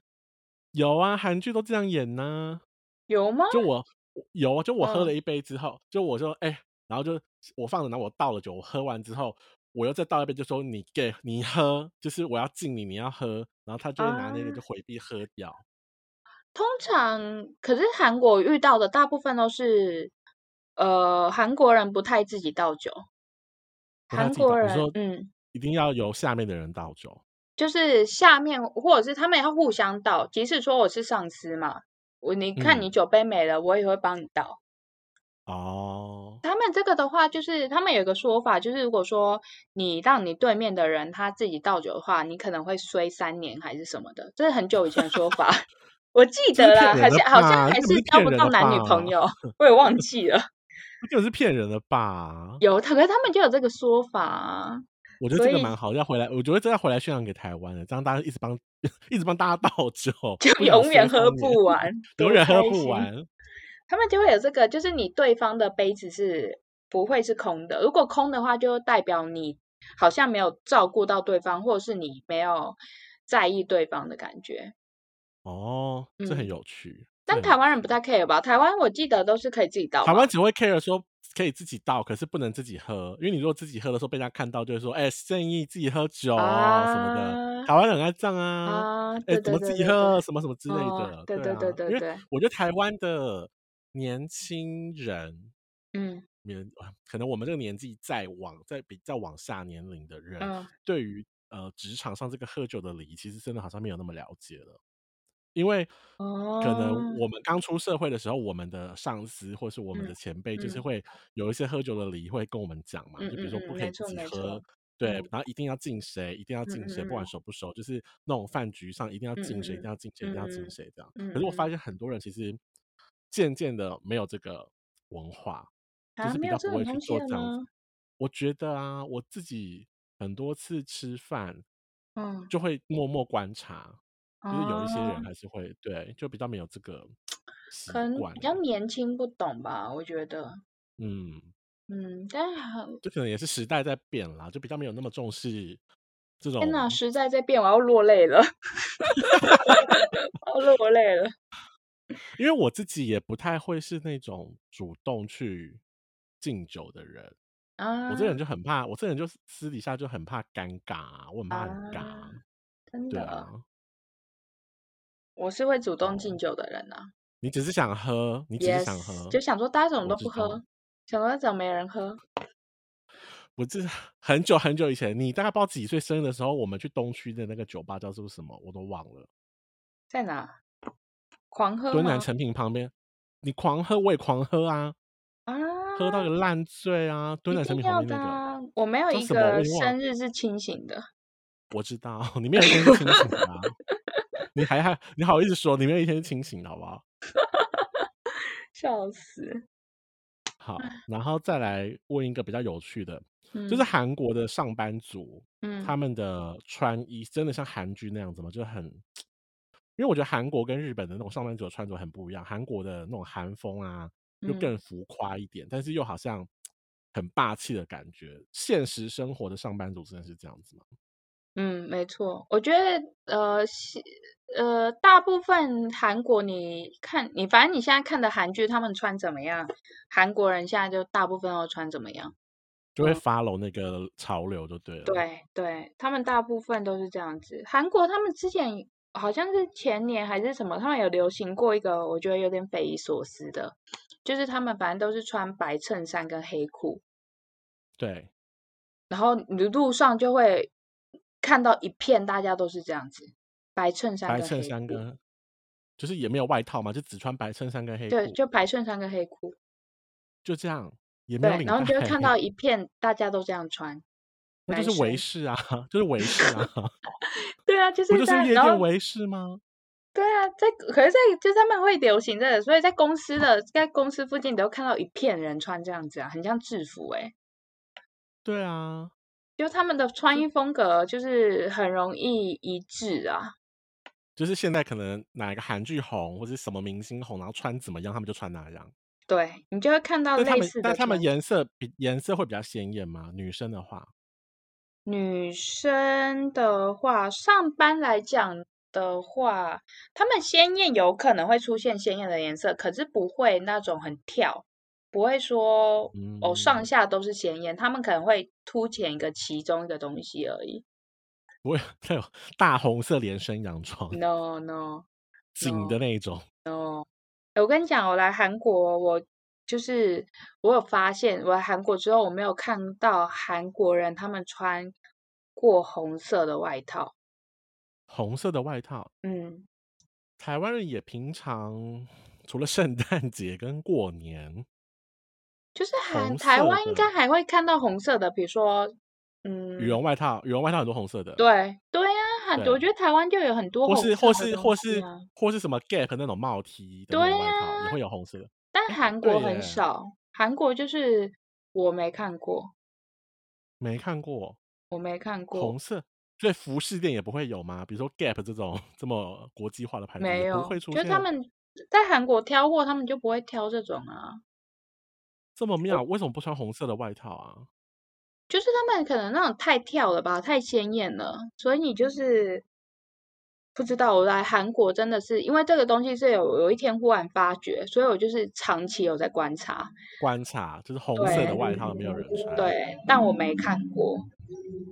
Speaker 1: 有啊，韩剧都这样演呢、
Speaker 2: 有吗？
Speaker 1: 就我有啊，就我喝了
Speaker 2: 嗯
Speaker 1: 一杯之后，就我说哎、然后就我放着，然后我倒了酒，我喝完之后，我又再倒一杯，就说你给你喝，就是我要敬你，你要喝，然后他就会拿那
Speaker 2: 啊。
Speaker 1: 个就回避喝掉。
Speaker 2: 通常，可是韩国遇到的大部分都是，呃，韩国人不太自己倒酒。
Speaker 1: 不太
Speaker 2: 韩
Speaker 1: 自己倒，
Speaker 2: 国
Speaker 1: 你
Speaker 2: 人，
Speaker 1: 说
Speaker 2: 嗯，
Speaker 1: 一定要由下面的人倒酒，
Speaker 2: 就是下面或者是他们要互相倒，即使说我是上司嘛，我你看你
Speaker 1: 嗯，
Speaker 2: 酒杯没了，我也会帮你倒。
Speaker 1: 哦，
Speaker 2: 他们这个的话，就是他们有一个说法，就是如果说你让你对面的人他自己倒酒的话，你可能会衰三年还是什么的，这是很久以前的说法， 我记
Speaker 1: 这是
Speaker 2: 得
Speaker 1: 骗
Speaker 2: 啦，
Speaker 1: 人
Speaker 2: 好
Speaker 1: 的
Speaker 2: 像好像
Speaker 1: 吧？
Speaker 2: 还
Speaker 1: 这不
Speaker 2: 是
Speaker 1: 是
Speaker 2: 交
Speaker 1: 骗
Speaker 2: 不
Speaker 1: 人
Speaker 2: 到
Speaker 1: 的
Speaker 2: 男女朋
Speaker 1: 吧？
Speaker 2: 友，我也忘记了。
Speaker 1: 这就是骗人的吧？
Speaker 2: 有，他可是他们就有这个说法啊，
Speaker 1: 我觉得
Speaker 2: 所
Speaker 1: 这个
Speaker 2: 以
Speaker 1: 蛮好，要回来，我觉得这要回来宣扬给台湾的，这样大家一直帮 一直帮大家倒酒，
Speaker 2: 就
Speaker 1: 不想
Speaker 2: 永
Speaker 1: 衰
Speaker 2: 远喝
Speaker 1: 三年，
Speaker 2: 不完，
Speaker 1: 永
Speaker 2: 多
Speaker 1: 远喝
Speaker 2: 开
Speaker 1: 不
Speaker 2: 心！
Speaker 1: 完。
Speaker 2: 他们就会有这个，就是你对方的杯子是不会是空的，如果空的话，就代表你好像没有照顾到对方，或者是你没有在意对方的感觉。
Speaker 1: 哦，这很
Speaker 2: 嗯，
Speaker 1: 有趣，这
Speaker 2: 但
Speaker 1: 很
Speaker 2: 台
Speaker 1: 有
Speaker 2: 湾啊人不
Speaker 1: 趣。
Speaker 2: 太 care 吧？台湾我记得都是可以自己倒
Speaker 1: 台湾
Speaker 2: 吧？
Speaker 1: 只会 care 说可以自己倒，可是不能自己喝，因为你如果自己喝的时候被人家看到，就会说：“哎、建议自己喝酒哦什么的。”
Speaker 2: 啊
Speaker 1: 台湾人很爱这样啊，
Speaker 2: 啊，
Speaker 1: 哎、
Speaker 2: 对
Speaker 1: 怎
Speaker 2: 对
Speaker 1: 么自
Speaker 2: 对
Speaker 1: 己
Speaker 2: 对对，
Speaker 1: 喝什么什么之类
Speaker 2: 哦，
Speaker 1: 的，
Speaker 2: 对
Speaker 1: 对
Speaker 2: 对对
Speaker 1: 啊，
Speaker 2: 对
Speaker 1: 因为
Speaker 2: 对，
Speaker 1: 我觉得台湾的年轻人，
Speaker 2: 嗯
Speaker 1: 年啊可能我们这个年纪再往再比较往下年龄的人，
Speaker 2: 嗯
Speaker 1: 对于呃职场上这个喝酒的礼仪，其实真的好像没有那么了解了。因为 可能
Speaker 2: 哦，
Speaker 1: 我们刚出社会的时候，我们的上司或是我们的
Speaker 2: 嗯
Speaker 1: 前辈，就是
Speaker 2: 嗯
Speaker 1: 会有一些喝酒的礼仪会跟我们讲嘛，
Speaker 2: 嗯
Speaker 1: 就比如
Speaker 2: 嗯
Speaker 1: 说不
Speaker 2: 嗯，
Speaker 1: 可以
Speaker 2: 没
Speaker 1: 自
Speaker 2: 错
Speaker 1: 己
Speaker 2: 没
Speaker 1: 喝，
Speaker 2: 错，
Speaker 1: 对，
Speaker 2: 嗯
Speaker 1: 然后一定要敬谁，一定要
Speaker 2: 嗯
Speaker 1: 敬谁，不管
Speaker 2: 嗯
Speaker 1: 熟不熟，就是那种饭局上一定要
Speaker 2: 嗯
Speaker 1: 敬谁，一定
Speaker 2: 嗯
Speaker 1: 要敬谁，一定要敬
Speaker 2: 嗯
Speaker 1: 谁这样。
Speaker 2: 嗯
Speaker 1: 可是我发
Speaker 2: 嗯
Speaker 1: 现很多人其实渐渐的没有这个文化，就
Speaker 2: 啊，
Speaker 1: 是
Speaker 2: 没
Speaker 1: 比较
Speaker 2: 有这
Speaker 1: 不
Speaker 2: 种
Speaker 1: 会去
Speaker 2: 东西
Speaker 1: 做
Speaker 2: 了
Speaker 1: 这样子。
Speaker 2: 吗？
Speaker 1: 我觉得啊，我自己很多次吃饭
Speaker 2: 嗯
Speaker 1: 就会默默观察，就是有一些
Speaker 2: 啊，
Speaker 1: 人还是会对，就比较没有这个
Speaker 2: 可
Speaker 1: 习
Speaker 2: 能
Speaker 1: 惯
Speaker 2: 比
Speaker 1: 哎、
Speaker 2: 较年轻不懂吧，我觉得，
Speaker 1: 嗯，
Speaker 2: 嗯，但很
Speaker 1: 就可能也是时代在变啦，就比较没有那么重视这
Speaker 2: 天呐，
Speaker 1: 种。
Speaker 2: 时代在变，我要落泪了， 我要落泪了。
Speaker 1: 因为我自己也不太会是那种主动去敬酒的人，我这
Speaker 2: 啊
Speaker 1: 人就很怕，我这人就私底下就很怕尴尬啊、我很怕
Speaker 2: 啊，
Speaker 1: 很尬啊，
Speaker 2: 真
Speaker 1: 对
Speaker 2: 的，
Speaker 1: 啊，
Speaker 2: 我是会主动
Speaker 1: 哦，
Speaker 2: 敬酒的人啊。
Speaker 1: 你只是想喝，你只是
Speaker 2: Yes，
Speaker 1: 想喝，
Speaker 2: 就想说大家怎么
Speaker 1: 我
Speaker 2: 都
Speaker 1: 知
Speaker 2: 不
Speaker 1: 道。
Speaker 2: 喝，想说怎么没人喝？
Speaker 1: 我这很久很久以前，你大概不知道几岁生日的时候，我们去东区的那个酒吧叫做什么，我都忘了。
Speaker 2: 在哪？狂喝
Speaker 1: 敦南
Speaker 2: 吗？
Speaker 1: 成品旁边，你狂喝我也狂喝啊，
Speaker 2: 啊，
Speaker 1: 喝到个烂醉啊！敦
Speaker 2: 一
Speaker 1: 南成
Speaker 2: 定
Speaker 1: 品旁
Speaker 2: 要
Speaker 1: 边
Speaker 2: 的
Speaker 1: 那个
Speaker 2: 啊！我没有
Speaker 1: 叫
Speaker 2: 一
Speaker 1: 什么我
Speaker 2: 个
Speaker 1: 已经忘了，
Speaker 2: 生日是清醒的。
Speaker 1: 我知道 你没有一天是清醒的、啊，你还还你好意思说你没有一天是清醒的好不好？
Speaker 2: 笑死，
Speaker 1: 好，然后再来问一个比较有趣 的，就是
Speaker 2: 嗯
Speaker 1: 韩国的上班族他
Speaker 2: 嗯
Speaker 1: 们的穿衣真的像韩剧那样子吗？就是很，因为我觉得韩国跟日本的那种上班族的穿着很不一样，韩国的那种韩风啊，又
Speaker 2: 嗯，
Speaker 1: 更浮夸一点，但是又好像很霸气的感觉。现实生活的上班族真的是这样子吗？
Speaker 2: 嗯，没错，我觉得呃，西呃，大部分韩国你看，你反正你现在看的韩剧，他们穿怎么样，韩国人现在就大部分都穿怎么样。
Speaker 1: 就会
Speaker 2: 嗯，
Speaker 1: follow 那个潮流就对了。
Speaker 2: 对对，他们大部分都是这样子。韩国他们之前好像是前年还是什么，他们有流行过一个我觉得有点匪夷所思的，就是他们反正都是穿白衬衫跟黑裤，
Speaker 1: 对，
Speaker 2: 然后你路上就会看到一片大家都是这样子，白衬衫
Speaker 1: 白
Speaker 2: 跟
Speaker 1: 衬
Speaker 2: 黑
Speaker 1: 衫
Speaker 2: 裤
Speaker 1: 跟就是也没有外套嘛，就只穿白衬衫跟黑裤，
Speaker 2: 对，就白衬衫跟黑裤，
Speaker 1: 就这样，也没有
Speaker 2: 对，
Speaker 1: 领带，
Speaker 2: 然后你就 会看到一片大家都这样穿，
Speaker 1: 那就
Speaker 2: 男
Speaker 1: 是维
Speaker 2: 生
Speaker 1: 士啊， 就是维士 啊，
Speaker 2: 对啊，就
Speaker 1: 不
Speaker 2: 是
Speaker 1: 就是
Speaker 2: 在
Speaker 1: 夜
Speaker 2: 然
Speaker 1: 店
Speaker 2: 后
Speaker 1: 维士吗？
Speaker 2: 对啊，在可是在就是他们会流行这个，所以在公司的在公司附近，你都看到一片人穿这样子啊，很像制服诶、
Speaker 1: 对啊，
Speaker 2: 就他们的穿衣风格就是很容易一致啊。
Speaker 1: 就是现在可能哪个韩剧红或者什么明星红，然后穿怎么样，他们就穿哪样。
Speaker 2: 对你就会看到
Speaker 1: 但他
Speaker 2: 哦类
Speaker 1: 们
Speaker 2: 似
Speaker 1: 但
Speaker 2: 的
Speaker 1: 他们
Speaker 2: 穿
Speaker 1: 颜色比颜色会比较鲜艳吗？女生的话，
Speaker 2: 女生的话，上班来讲的话，她们鲜艳有可能会出现鲜艳的颜色，可是不会那种很跳，不会说哦上
Speaker 1: 嗯，
Speaker 2: 下都是鲜艳，她们可能会凸显一个其中一个东西而已。
Speaker 1: 不会 那种大红色连身洋装，
Speaker 2: No no
Speaker 1: 紧
Speaker 2: no，
Speaker 1: 的那一种。
Speaker 2: 我跟你讲，我来韩国，我就是我有发现，我来韩国之后，我没有看到韩国人他们穿过红色的外套。
Speaker 1: 红色的外套，
Speaker 2: 嗯，
Speaker 1: 台湾人也平常除了圣诞节跟过年，
Speaker 2: 就是韩
Speaker 1: 红
Speaker 2: 台
Speaker 1: 色
Speaker 2: 湾应
Speaker 1: 的
Speaker 2: 该还会看到红色的，比如说，
Speaker 1: 羽
Speaker 2: 嗯，
Speaker 1: 绒外套，羽绒外套很多红色的，
Speaker 2: 对对呀、很多，我
Speaker 1: 对，
Speaker 2: 觉得台湾就有很多
Speaker 1: 或
Speaker 2: 红
Speaker 1: 是或
Speaker 2: 色的
Speaker 1: 是
Speaker 2: 东
Speaker 1: 或
Speaker 2: 西
Speaker 1: 是
Speaker 2: 啊。
Speaker 1: 或是什么 Gap 那种帽 T 的那
Speaker 2: 对啊
Speaker 1: 种
Speaker 2: 呀、
Speaker 1: 外套，也会有红色的。
Speaker 2: 但
Speaker 1: 哎，
Speaker 2: 韩国
Speaker 1: 对
Speaker 2: 很
Speaker 1: 耶，
Speaker 2: 少，韩国就是我没看过，
Speaker 1: 没看过
Speaker 2: 我没看过，
Speaker 1: 红色，所以服饰店也不会有吗？比如说 Gap 这种这么国际化的牌子，也
Speaker 2: 没
Speaker 1: 不
Speaker 2: 有，
Speaker 1: 会出
Speaker 2: 就他
Speaker 1: 现
Speaker 2: 们在韩国挑货，他们就不会挑这种啊。
Speaker 1: 这么妙。
Speaker 2: 我
Speaker 1: 为什么不穿红色的外套啊？
Speaker 2: 就是他们可能那种太跳了吧，太鲜艳了，所以你
Speaker 1: 嗯
Speaker 2: 就是不知道。我来韩国真的是因为这个东西是有有一天忽然发觉，所以我就是长期有在观察，
Speaker 1: 观察就是红色的
Speaker 2: 对
Speaker 1: 外套没有人穿，
Speaker 2: 对，但我没看过，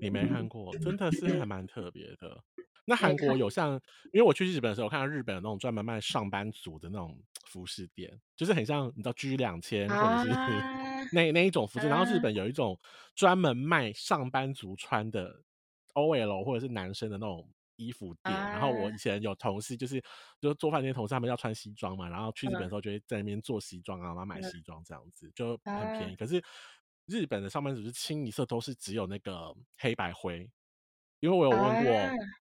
Speaker 1: 你没看过，真的是还蛮特别的。那
Speaker 2: 没
Speaker 1: 韩
Speaker 2: 看，
Speaker 1: 国有像，因为我去日本的时候，我看到日本有那种专门卖上班族的那种服饰店，就是很像你知道 G 两千或者是
Speaker 2: 啊
Speaker 1: 那那一种服饰。然后日
Speaker 2: 啊
Speaker 1: 本有一种专门卖上班族穿的 OL 或者是男生的那种衣服店。然后
Speaker 2: 啊，
Speaker 1: 我以前有同事，就是就是做饭那些同事，他们要穿西装嘛，然后去日本的
Speaker 2: 嗯
Speaker 1: 时候就会在那边做西装啊，然后买
Speaker 2: 嗯
Speaker 1: 西装这样子，就很便
Speaker 2: 啊
Speaker 1: 宜。可是日本的上班族是清一色都是只有那个黑白灰，因为我有问
Speaker 2: 啊
Speaker 1: 过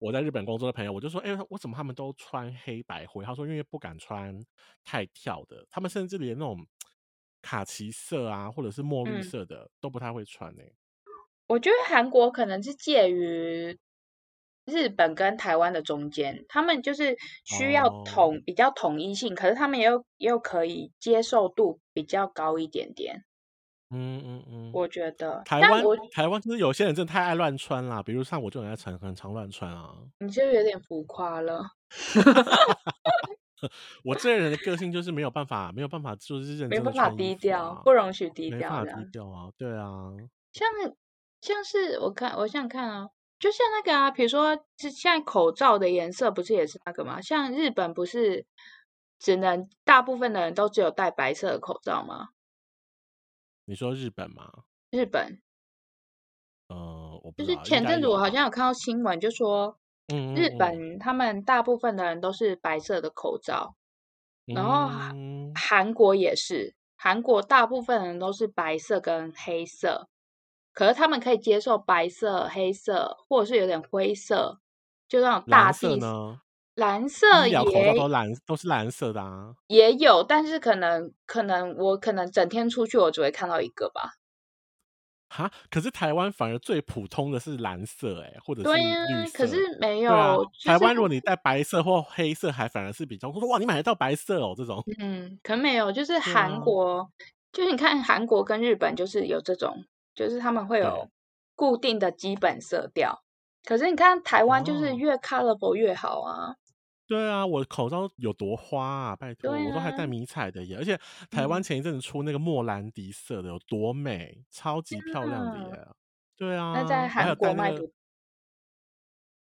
Speaker 1: 我在日本工作的朋友，我就说，哎、我怎么他们都穿黑白灰？他说，因为不敢穿太跳的，他们甚至连那种卡其色啊，或者是墨绿
Speaker 2: 嗯，
Speaker 1: 色的都不太会穿呢、
Speaker 2: 我觉得韩国可能是介于日本跟台湾的中间，他们就是需要
Speaker 1: 哦，
Speaker 2: 统比较统一性，可是他们也有也有可以接受度比较高一点点，
Speaker 1: 嗯嗯嗯，
Speaker 2: 我觉得。
Speaker 1: 台
Speaker 2: 但
Speaker 1: 湾
Speaker 2: 我
Speaker 1: 台湾就是有些人真的太爱乱穿啦，比如像我就很爱穿，很常乱穿啊。
Speaker 2: 你就有点浮夸了，
Speaker 1: 我这个人的个性就是没有办法，没有办法就是认
Speaker 2: 没
Speaker 1: 真的
Speaker 2: 办法
Speaker 1: 穿衣
Speaker 2: 低
Speaker 1: 服
Speaker 2: 调，
Speaker 1: 啊，
Speaker 2: 不容许低
Speaker 1: 没办
Speaker 2: 调
Speaker 1: 法
Speaker 2: 这
Speaker 1: 低
Speaker 2: 样。
Speaker 1: 调啊，对啊，
Speaker 2: 像像是我看我想想看啊，就像那个啊，比如说是现在口罩的颜色不是也是那个吗？像日本不是只能大部分的人都只有戴白色的口罩吗？
Speaker 1: 你说日本嘛，
Speaker 2: 日本
Speaker 1: 呃，我不
Speaker 2: 就
Speaker 1: 知
Speaker 2: 是
Speaker 1: 道，应
Speaker 2: 前
Speaker 1: 该
Speaker 2: 阵子
Speaker 1: 有
Speaker 2: 我好
Speaker 1: 吧。
Speaker 2: 像有看到新闻，就说日
Speaker 1: 嗯
Speaker 2: 本他们大部分的人都是白色的口罩，然后韩
Speaker 1: 嗯嗯
Speaker 2: 韩国也是，韩国大部分人都是白色跟黑色，可是他们可以接受白色、黑色，或者是有点灰色，就那种
Speaker 1: 嗯蓝
Speaker 2: 大
Speaker 1: 色
Speaker 2: 地色
Speaker 1: 呢？
Speaker 2: 蓝
Speaker 1: 医
Speaker 2: 色
Speaker 1: 疗口罩都
Speaker 2: 也
Speaker 1: 蓝，都是蓝色的啊。
Speaker 2: 也有，但是可能可能我可能整天出去我只会看到一个吧。
Speaker 1: 哈，可是台湾反而最普通的是蓝色、欸，或者
Speaker 2: 对
Speaker 1: 是绿
Speaker 2: 呀、可是
Speaker 1: 色。
Speaker 2: 没
Speaker 1: 对啊，
Speaker 2: 有，就
Speaker 1: 台
Speaker 2: 是
Speaker 1: 湾如果你带白色或黑色，还反而是比较说哇，你买得到白色哦，这种。
Speaker 2: 嗯，可能没有，就是
Speaker 1: 对
Speaker 2: 韩
Speaker 1: 啊，
Speaker 2: 国，就是你看韩国跟日本，就是有这种，就是他们会
Speaker 1: 对
Speaker 2: 有固定的基本色调。可是你看台湾，就是
Speaker 1: 哦，
Speaker 2: 越 colorful 越好啊。
Speaker 1: 对啊，我口罩有多花啊！拜托，
Speaker 2: 对
Speaker 1: 我都还
Speaker 2: 啊，
Speaker 1: 带迷彩的耶，而且台湾
Speaker 2: 嗯，
Speaker 1: 前一阵子出那个莫兰迪色的有多美，超级漂亮的
Speaker 2: 啊，
Speaker 1: 耶。对
Speaker 2: 那
Speaker 1: 啊，
Speaker 2: 在
Speaker 1: 我还
Speaker 2: 韩
Speaker 1: 有
Speaker 2: 国
Speaker 1: 带那
Speaker 2: 卖
Speaker 1: 个
Speaker 2: 不？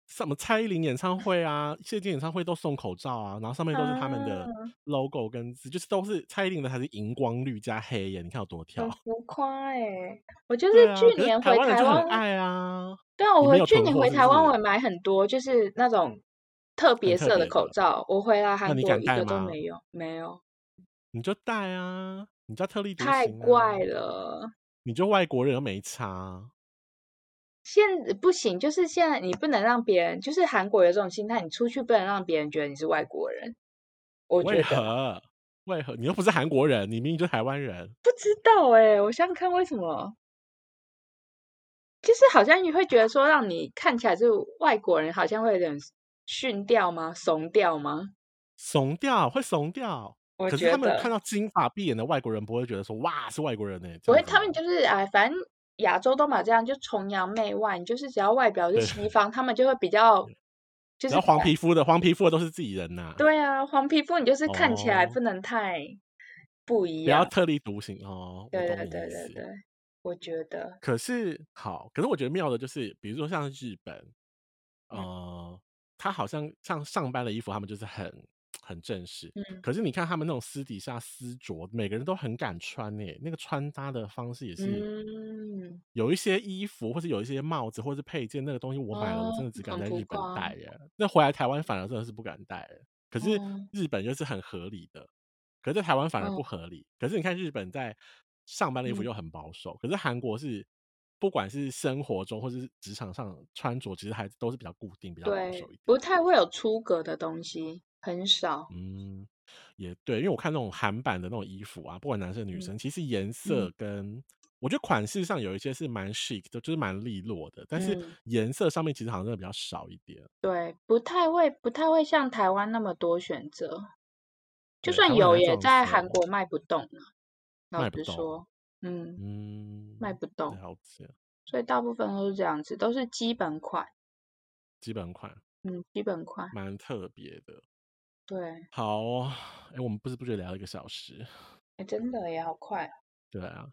Speaker 1: 什么蔡依林演唱会啊、谢晋演唱会都送口罩啊，然后上面都是他们的
Speaker 2: 啊
Speaker 1: logo 跟字，就是都是蔡依林的，还是荧光绿加黑耶，你看有多跳
Speaker 2: 很。浮夸哎、我就
Speaker 1: 对
Speaker 2: 是
Speaker 1: 啊，
Speaker 2: 去
Speaker 1: 可是
Speaker 2: 年
Speaker 1: 台
Speaker 2: 回
Speaker 1: 湾人
Speaker 2: 台
Speaker 1: 就
Speaker 2: 湾
Speaker 1: 很，爱啊，
Speaker 2: 对啊，
Speaker 1: 你
Speaker 2: 我
Speaker 1: 没
Speaker 2: 回
Speaker 1: 有
Speaker 2: 去
Speaker 1: 囤
Speaker 2: 年
Speaker 1: 货
Speaker 2: 回
Speaker 1: 是
Speaker 2: 台
Speaker 1: 不
Speaker 2: 湾，
Speaker 1: 是
Speaker 2: 我也买很多，就是那种特别
Speaker 1: 特
Speaker 2: 色
Speaker 1: 别
Speaker 2: 的口
Speaker 1: 的
Speaker 2: 罩。我回来
Speaker 1: 那
Speaker 2: 韩
Speaker 1: 你
Speaker 2: 国
Speaker 1: 敢
Speaker 2: 一
Speaker 1: 戴
Speaker 2: 个都
Speaker 1: 吗？
Speaker 2: 没有，没有，
Speaker 1: 你就戴啊，你就要特立独
Speaker 2: 太
Speaker 1: 行啊，
Speaker 2: 怪了。
Speaker 1: 你就外国人又没差。啊
Speaker 2: 现不行，就是现在你不能让别人，就是韩国有这种心态，你出去不能让别人觉得你是外国人。我
Speaker 1: 为
Speaker 2: 觉得啦
Speaker 1: 何？为何？你又不是韩国人，你明明就台湾人。
Speaker 2: 不知道哎、我想想看为什么，就是好像你会觉得说让你看起来是外国人，好像会有点逊掉吗？怂掉吗？
Speaker 1: 怂掉会怂掉，
Speaker 2: 我
Speaker 1: 可是他
Speaker 2: 觉
Speaker 1: 们
Speaker 2: 得。
Speaker 1: 看到金发碧眼的外国人，不会觉得说哇是外国人呢、这
Speaker 2: 不
Speaker 1: 样
Speaker 2: 会，
Speaker 1: 子
Speaker 2: 他们
Speaker 1: 吗？
Speaker 2: 就是哎，反正亚洲都嘛这样，就崇洋媚外。你就是只要外表是
Speaker 1: 对，
Speaker 2: 西方，他们就会比较，
Speaker 1: 只
Speaker 2: 就是
Speaker 1: 要黄
Speaker 2: 看
Speaker 1: 皮肤的，黄皮肤的都是自己人呐、
Speaker 2: 对啊，黄皮肤你就是看起来
Speaker 1: 哦，
Speaker 2: 不能太不一
Speaker 1: 不要
Speaker 2: 样。
Speaker 1: 特立独行哦，我
Speaker 2: 对
Speaker 1: 懂
Speaker 2: 对
Speaker 1: 你
Speaker 2: 对
Speaker 1: 意
Speaker 2: 对
Speaker 1: 思。
Speaker 2: 对，我觉得，
Speaker 1: 可是好，可是我觉得妙的就是，比如说像日本，
Speaker 2: 嗯
Speaker 1: 呃，他好像像上班的衣服，他们就是很很正式。
Speaker 2: 嗯
Speaker 1: 可是你看他们那种私底下私着，每个人都很敢穿诶、那个穿搭的方式也是
Speaker 2: 嗯，
Speaker 1: 有一些衣服或是有一些帽子或是配件，那个东西我买了，我
Speaker 2: 哦，
Speaker 1: 真的只敢
Speaker 2: 很
Speaker 1: 在
Speaker 2: 浮
Speaker 1: 日本
Speaker 2: 夸，
Speaker 1: 戴耶。那回来台湾反而真的是不敢戴耶。可是
Speaker 2: 嗯
Speaker 1: 日本又是很合理的，可是在台湾反而
Speaker 2: 嗯
Speaker 1: 不合理。可是你看日本在上班的衣服
Speaker 2: 嗯
Speaker 1: 又很保守，可是韩国是不管是生活中或是职场上穿着，其实还都是比较固定、比较保
Speaker 2: 对，
Speaker 1: 守一点
Speaker 2: 不
Speaker 1: 的。
Speaker 2: 太会有出格的东西，很少。
Speaker 1: 嗯，也对，因为我看那种韩版的那种衣服啊，不管男生女
Speaker 2: 嗯
Speaker 1: 生，其实颜色
Speaker 2: 嗯
Speaker 1: 跟我觉得款式上有一些是蛮 chic 的，就是蛮利落的，但是
Speaker 2: 嗯，
Speaker 1: 颜色上面其实好像真的比较少一点。
Speaker 2: 对，不太会，不太会像台湾那么多选择。就
Speaker 1: 对，
Speaker 2: 算
Speaker 1: 台湾很
Speaker 2: 有，
Speaker 1: 爱这
Speaker 2: 也
Speaker 1: 样
Speaker 2: 在韩
Speaker 1: 说，
Speaker 2: 国卖不动了。老
Speaker 1: 卖不
Speaker 2: 实
Speaker 1: 动。
Speaker 2: 说，嗯，卖
Speaker 1: 嗯，
Speaker 2: 不动，
Speaker 1: 了解，
Speaker 2: 所以大部分都是这样子，都是基本款，
Speaker 1: 基本款
Speaker 2: 嗯，基本款，
Speaker 1: 蛮特别的。
Speaker 2: 对，
Speaker 1: 好哦，哎，我们不知不觉聊了一个小时。
Speaker 2: 哎，真的也好快，
Speaker 1: 对啊，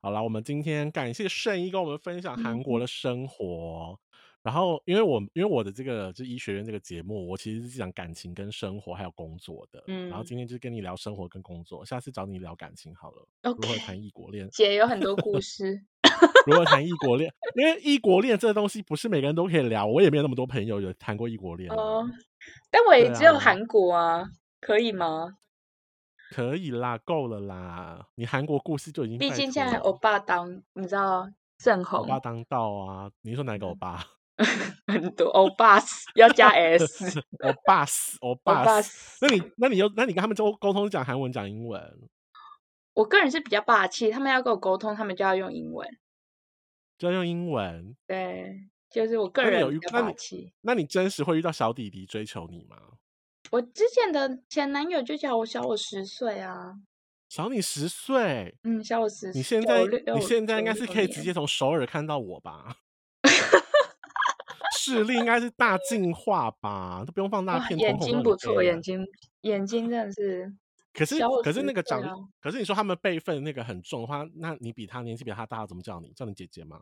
Speaker 1: 好啦，我们今天感谢圣医跟我们分享韩国
Speaker 2: 嗯
Speaker 1: 的生活。然后，因为我因为我的这个就是医学院这个节目，我其实是讲感情跟生活还有工作的。然后
Speaker 2: 嗯
Speaker 1: 今天就是跟你聊生活跟工作，下次找你聊感情好了，如
Speaker 2: ，OK，
Speaker 1: 何谈异国恋，
Speaker 2: 姐有很 多故事，
Speaker 1: 如何谈异国恋？因为异国恋这东西不是每个人都可以聊，我也没有那么多朋友有谈过异国恋啊。
Speaker 2: 哦，但我也
Speaker 1: 对
Speaker 2: 只有
Speaker 1: 啊，
Speaker 2: 韩国啊，可以吗？
Speaker 1: 可以啦，够了啦，你韩国故事就已经
Speaker 2: 毕
Speaker 1: 拜
Speaker 2: 竟现
Speaker 1: 托
Speaker 2: 在欧
Speaker 1: 了，
Speaker 2: 巴当，你知道正
Speaker 1: 欧巴
Speaker 2: 红，
Speaker 1: 当道啊，你说哪个欧
Speaker 2: 嗯
Speaker 1: 巴？
Speaker 2: 很多欧巴死要加 S，
Speaker 1: 我爸死，我
Speaker 2: 欧
Speaker 1: 爸
Speaker 2: 巴
Speaker 1: 死。
Speaker 2: 死。
Speaker 1: 那你，那你又，那你跟他们沟沟通讲韩文，讲英文，
Speaker 2: 我个人是比较霸气，他们要跟我沟通，他们就要用英文。
Speaker 1: 就要用英文。
Speaker 2: 对，就是我个
Speaker 1: 那你有
Speaker 2: 人比
Speaker 1: 遇，
Speaker 2: 较
Speaker 1: 那
Speaker 2: 霸
Speaker 1: 你，
Speaker 2: 气。
Speaker 1: 那你真实会遇到小弟弟追求你吗？
Speaker 2: 我之前的前男友就小我小我十岁啊，
Speaker 1: 小你十岁，
Speaker 2: 嗯，小我十
Speaker 1: 你现
Speaker 2: 九
Speaker 1: 在，你
Speaker 2: 六
Speaker 1: 现在应
Speaker 2: 九
Speaker 1: 该是
Speaker 2: 六
Speaker 1: 可以直接
Speaker 2: 年，
Speaker 1: 从首尔看到我 吧？视力应该是大进化吧，都不用放大
Speaker 2: 哇，
Speaker 1: 片，瞳
Speaker 2: 眼
Speaker 1: 孔都
Speaker 2: 睛
Speaker 1: 很
Speaker 2: 不错，
Speaker 1: 黑
Speaker 2: 眼
Speaker 1: 了。
Speaker 2: 睛眼睛真的是
Speaker 1: 可是，
Speaker 2: 小我
Speaker 1: 可是
Speaker 2: 十
Speaker 1: 那个
Speaker 2: 岁
Speaker 1: 长，
Speaker 2: 啊，
Speaker 1: 可是你说他们辈分那个很重的话，那你比他年纪比他大，怎么叫你？叫你姐姐吗？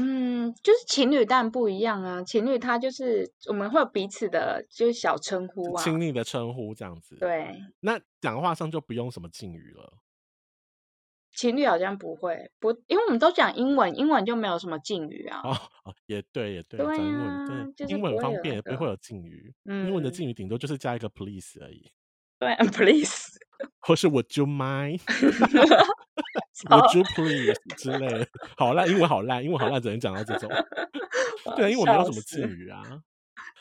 Speaker 2: 嗯，就是情侣但不一样啊，情侣他就是我们会有彼此的就是小称呼啊，
Speaker 1: 亲昵的称呼这样子，
Speaker 2: 对，
Speaker 1: 那讲话上就不用什么敬语了。
Speaker 2: 情侣好像不会不，因为我们都讲英文，英文就没有什么敬语啊，
Speaker 1: 哦哦，也对，也对，讲
Speaker 2: 对呀、
Speaker 1: 英文对，
Speaker 2: 就是
Speaker 1: 英文
Speaker 2: 不
Speaker 1: 很方
Speaker 2: 会有
Speaker 1: 便，
Speaker 2: 那
Speaker 1: 也不会
Speaker 2: 个，
Speaker 1: 有敬语。英文的
Speaker 2: 嗯，
Speaker 1: 敬语顶多就是加一个 please 而已，
Speaker 2: 对啊 ，please，
Speaker 1: 或是 Would you mind?
Speaker 2: 好
Speaker 1: Would you please 之类的。好烂，英文好烂，英文好烂，只能讲到这 种。
Speaker 2: 我要
Speaker 1: 对，英文没有什
Speaker 2: 笑
Speaker 1: 么敬
Speaker 2: 死，
Speaker 1: 语啊。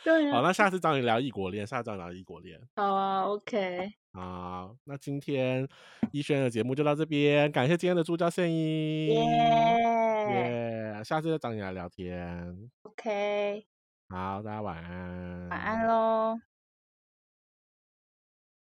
Speaker 2: 对呀、
Speaker 1: 好，那下次找你聊异国恋，下次找你聊异国恋。
Speaker 2: 好啊，OK，
Speaker 1: 好，那今天医轩的节目就到这边，感谢今天的助教圣医，
Speaker 2: 耶
Speaker 1: 耶、下次再找你来聊天。
Speaker 2: ，OK，
Speaker 1: 好，大家晚
Speaker 2: 晚安
Speaker 1: 安。
Speaker 2: 喽。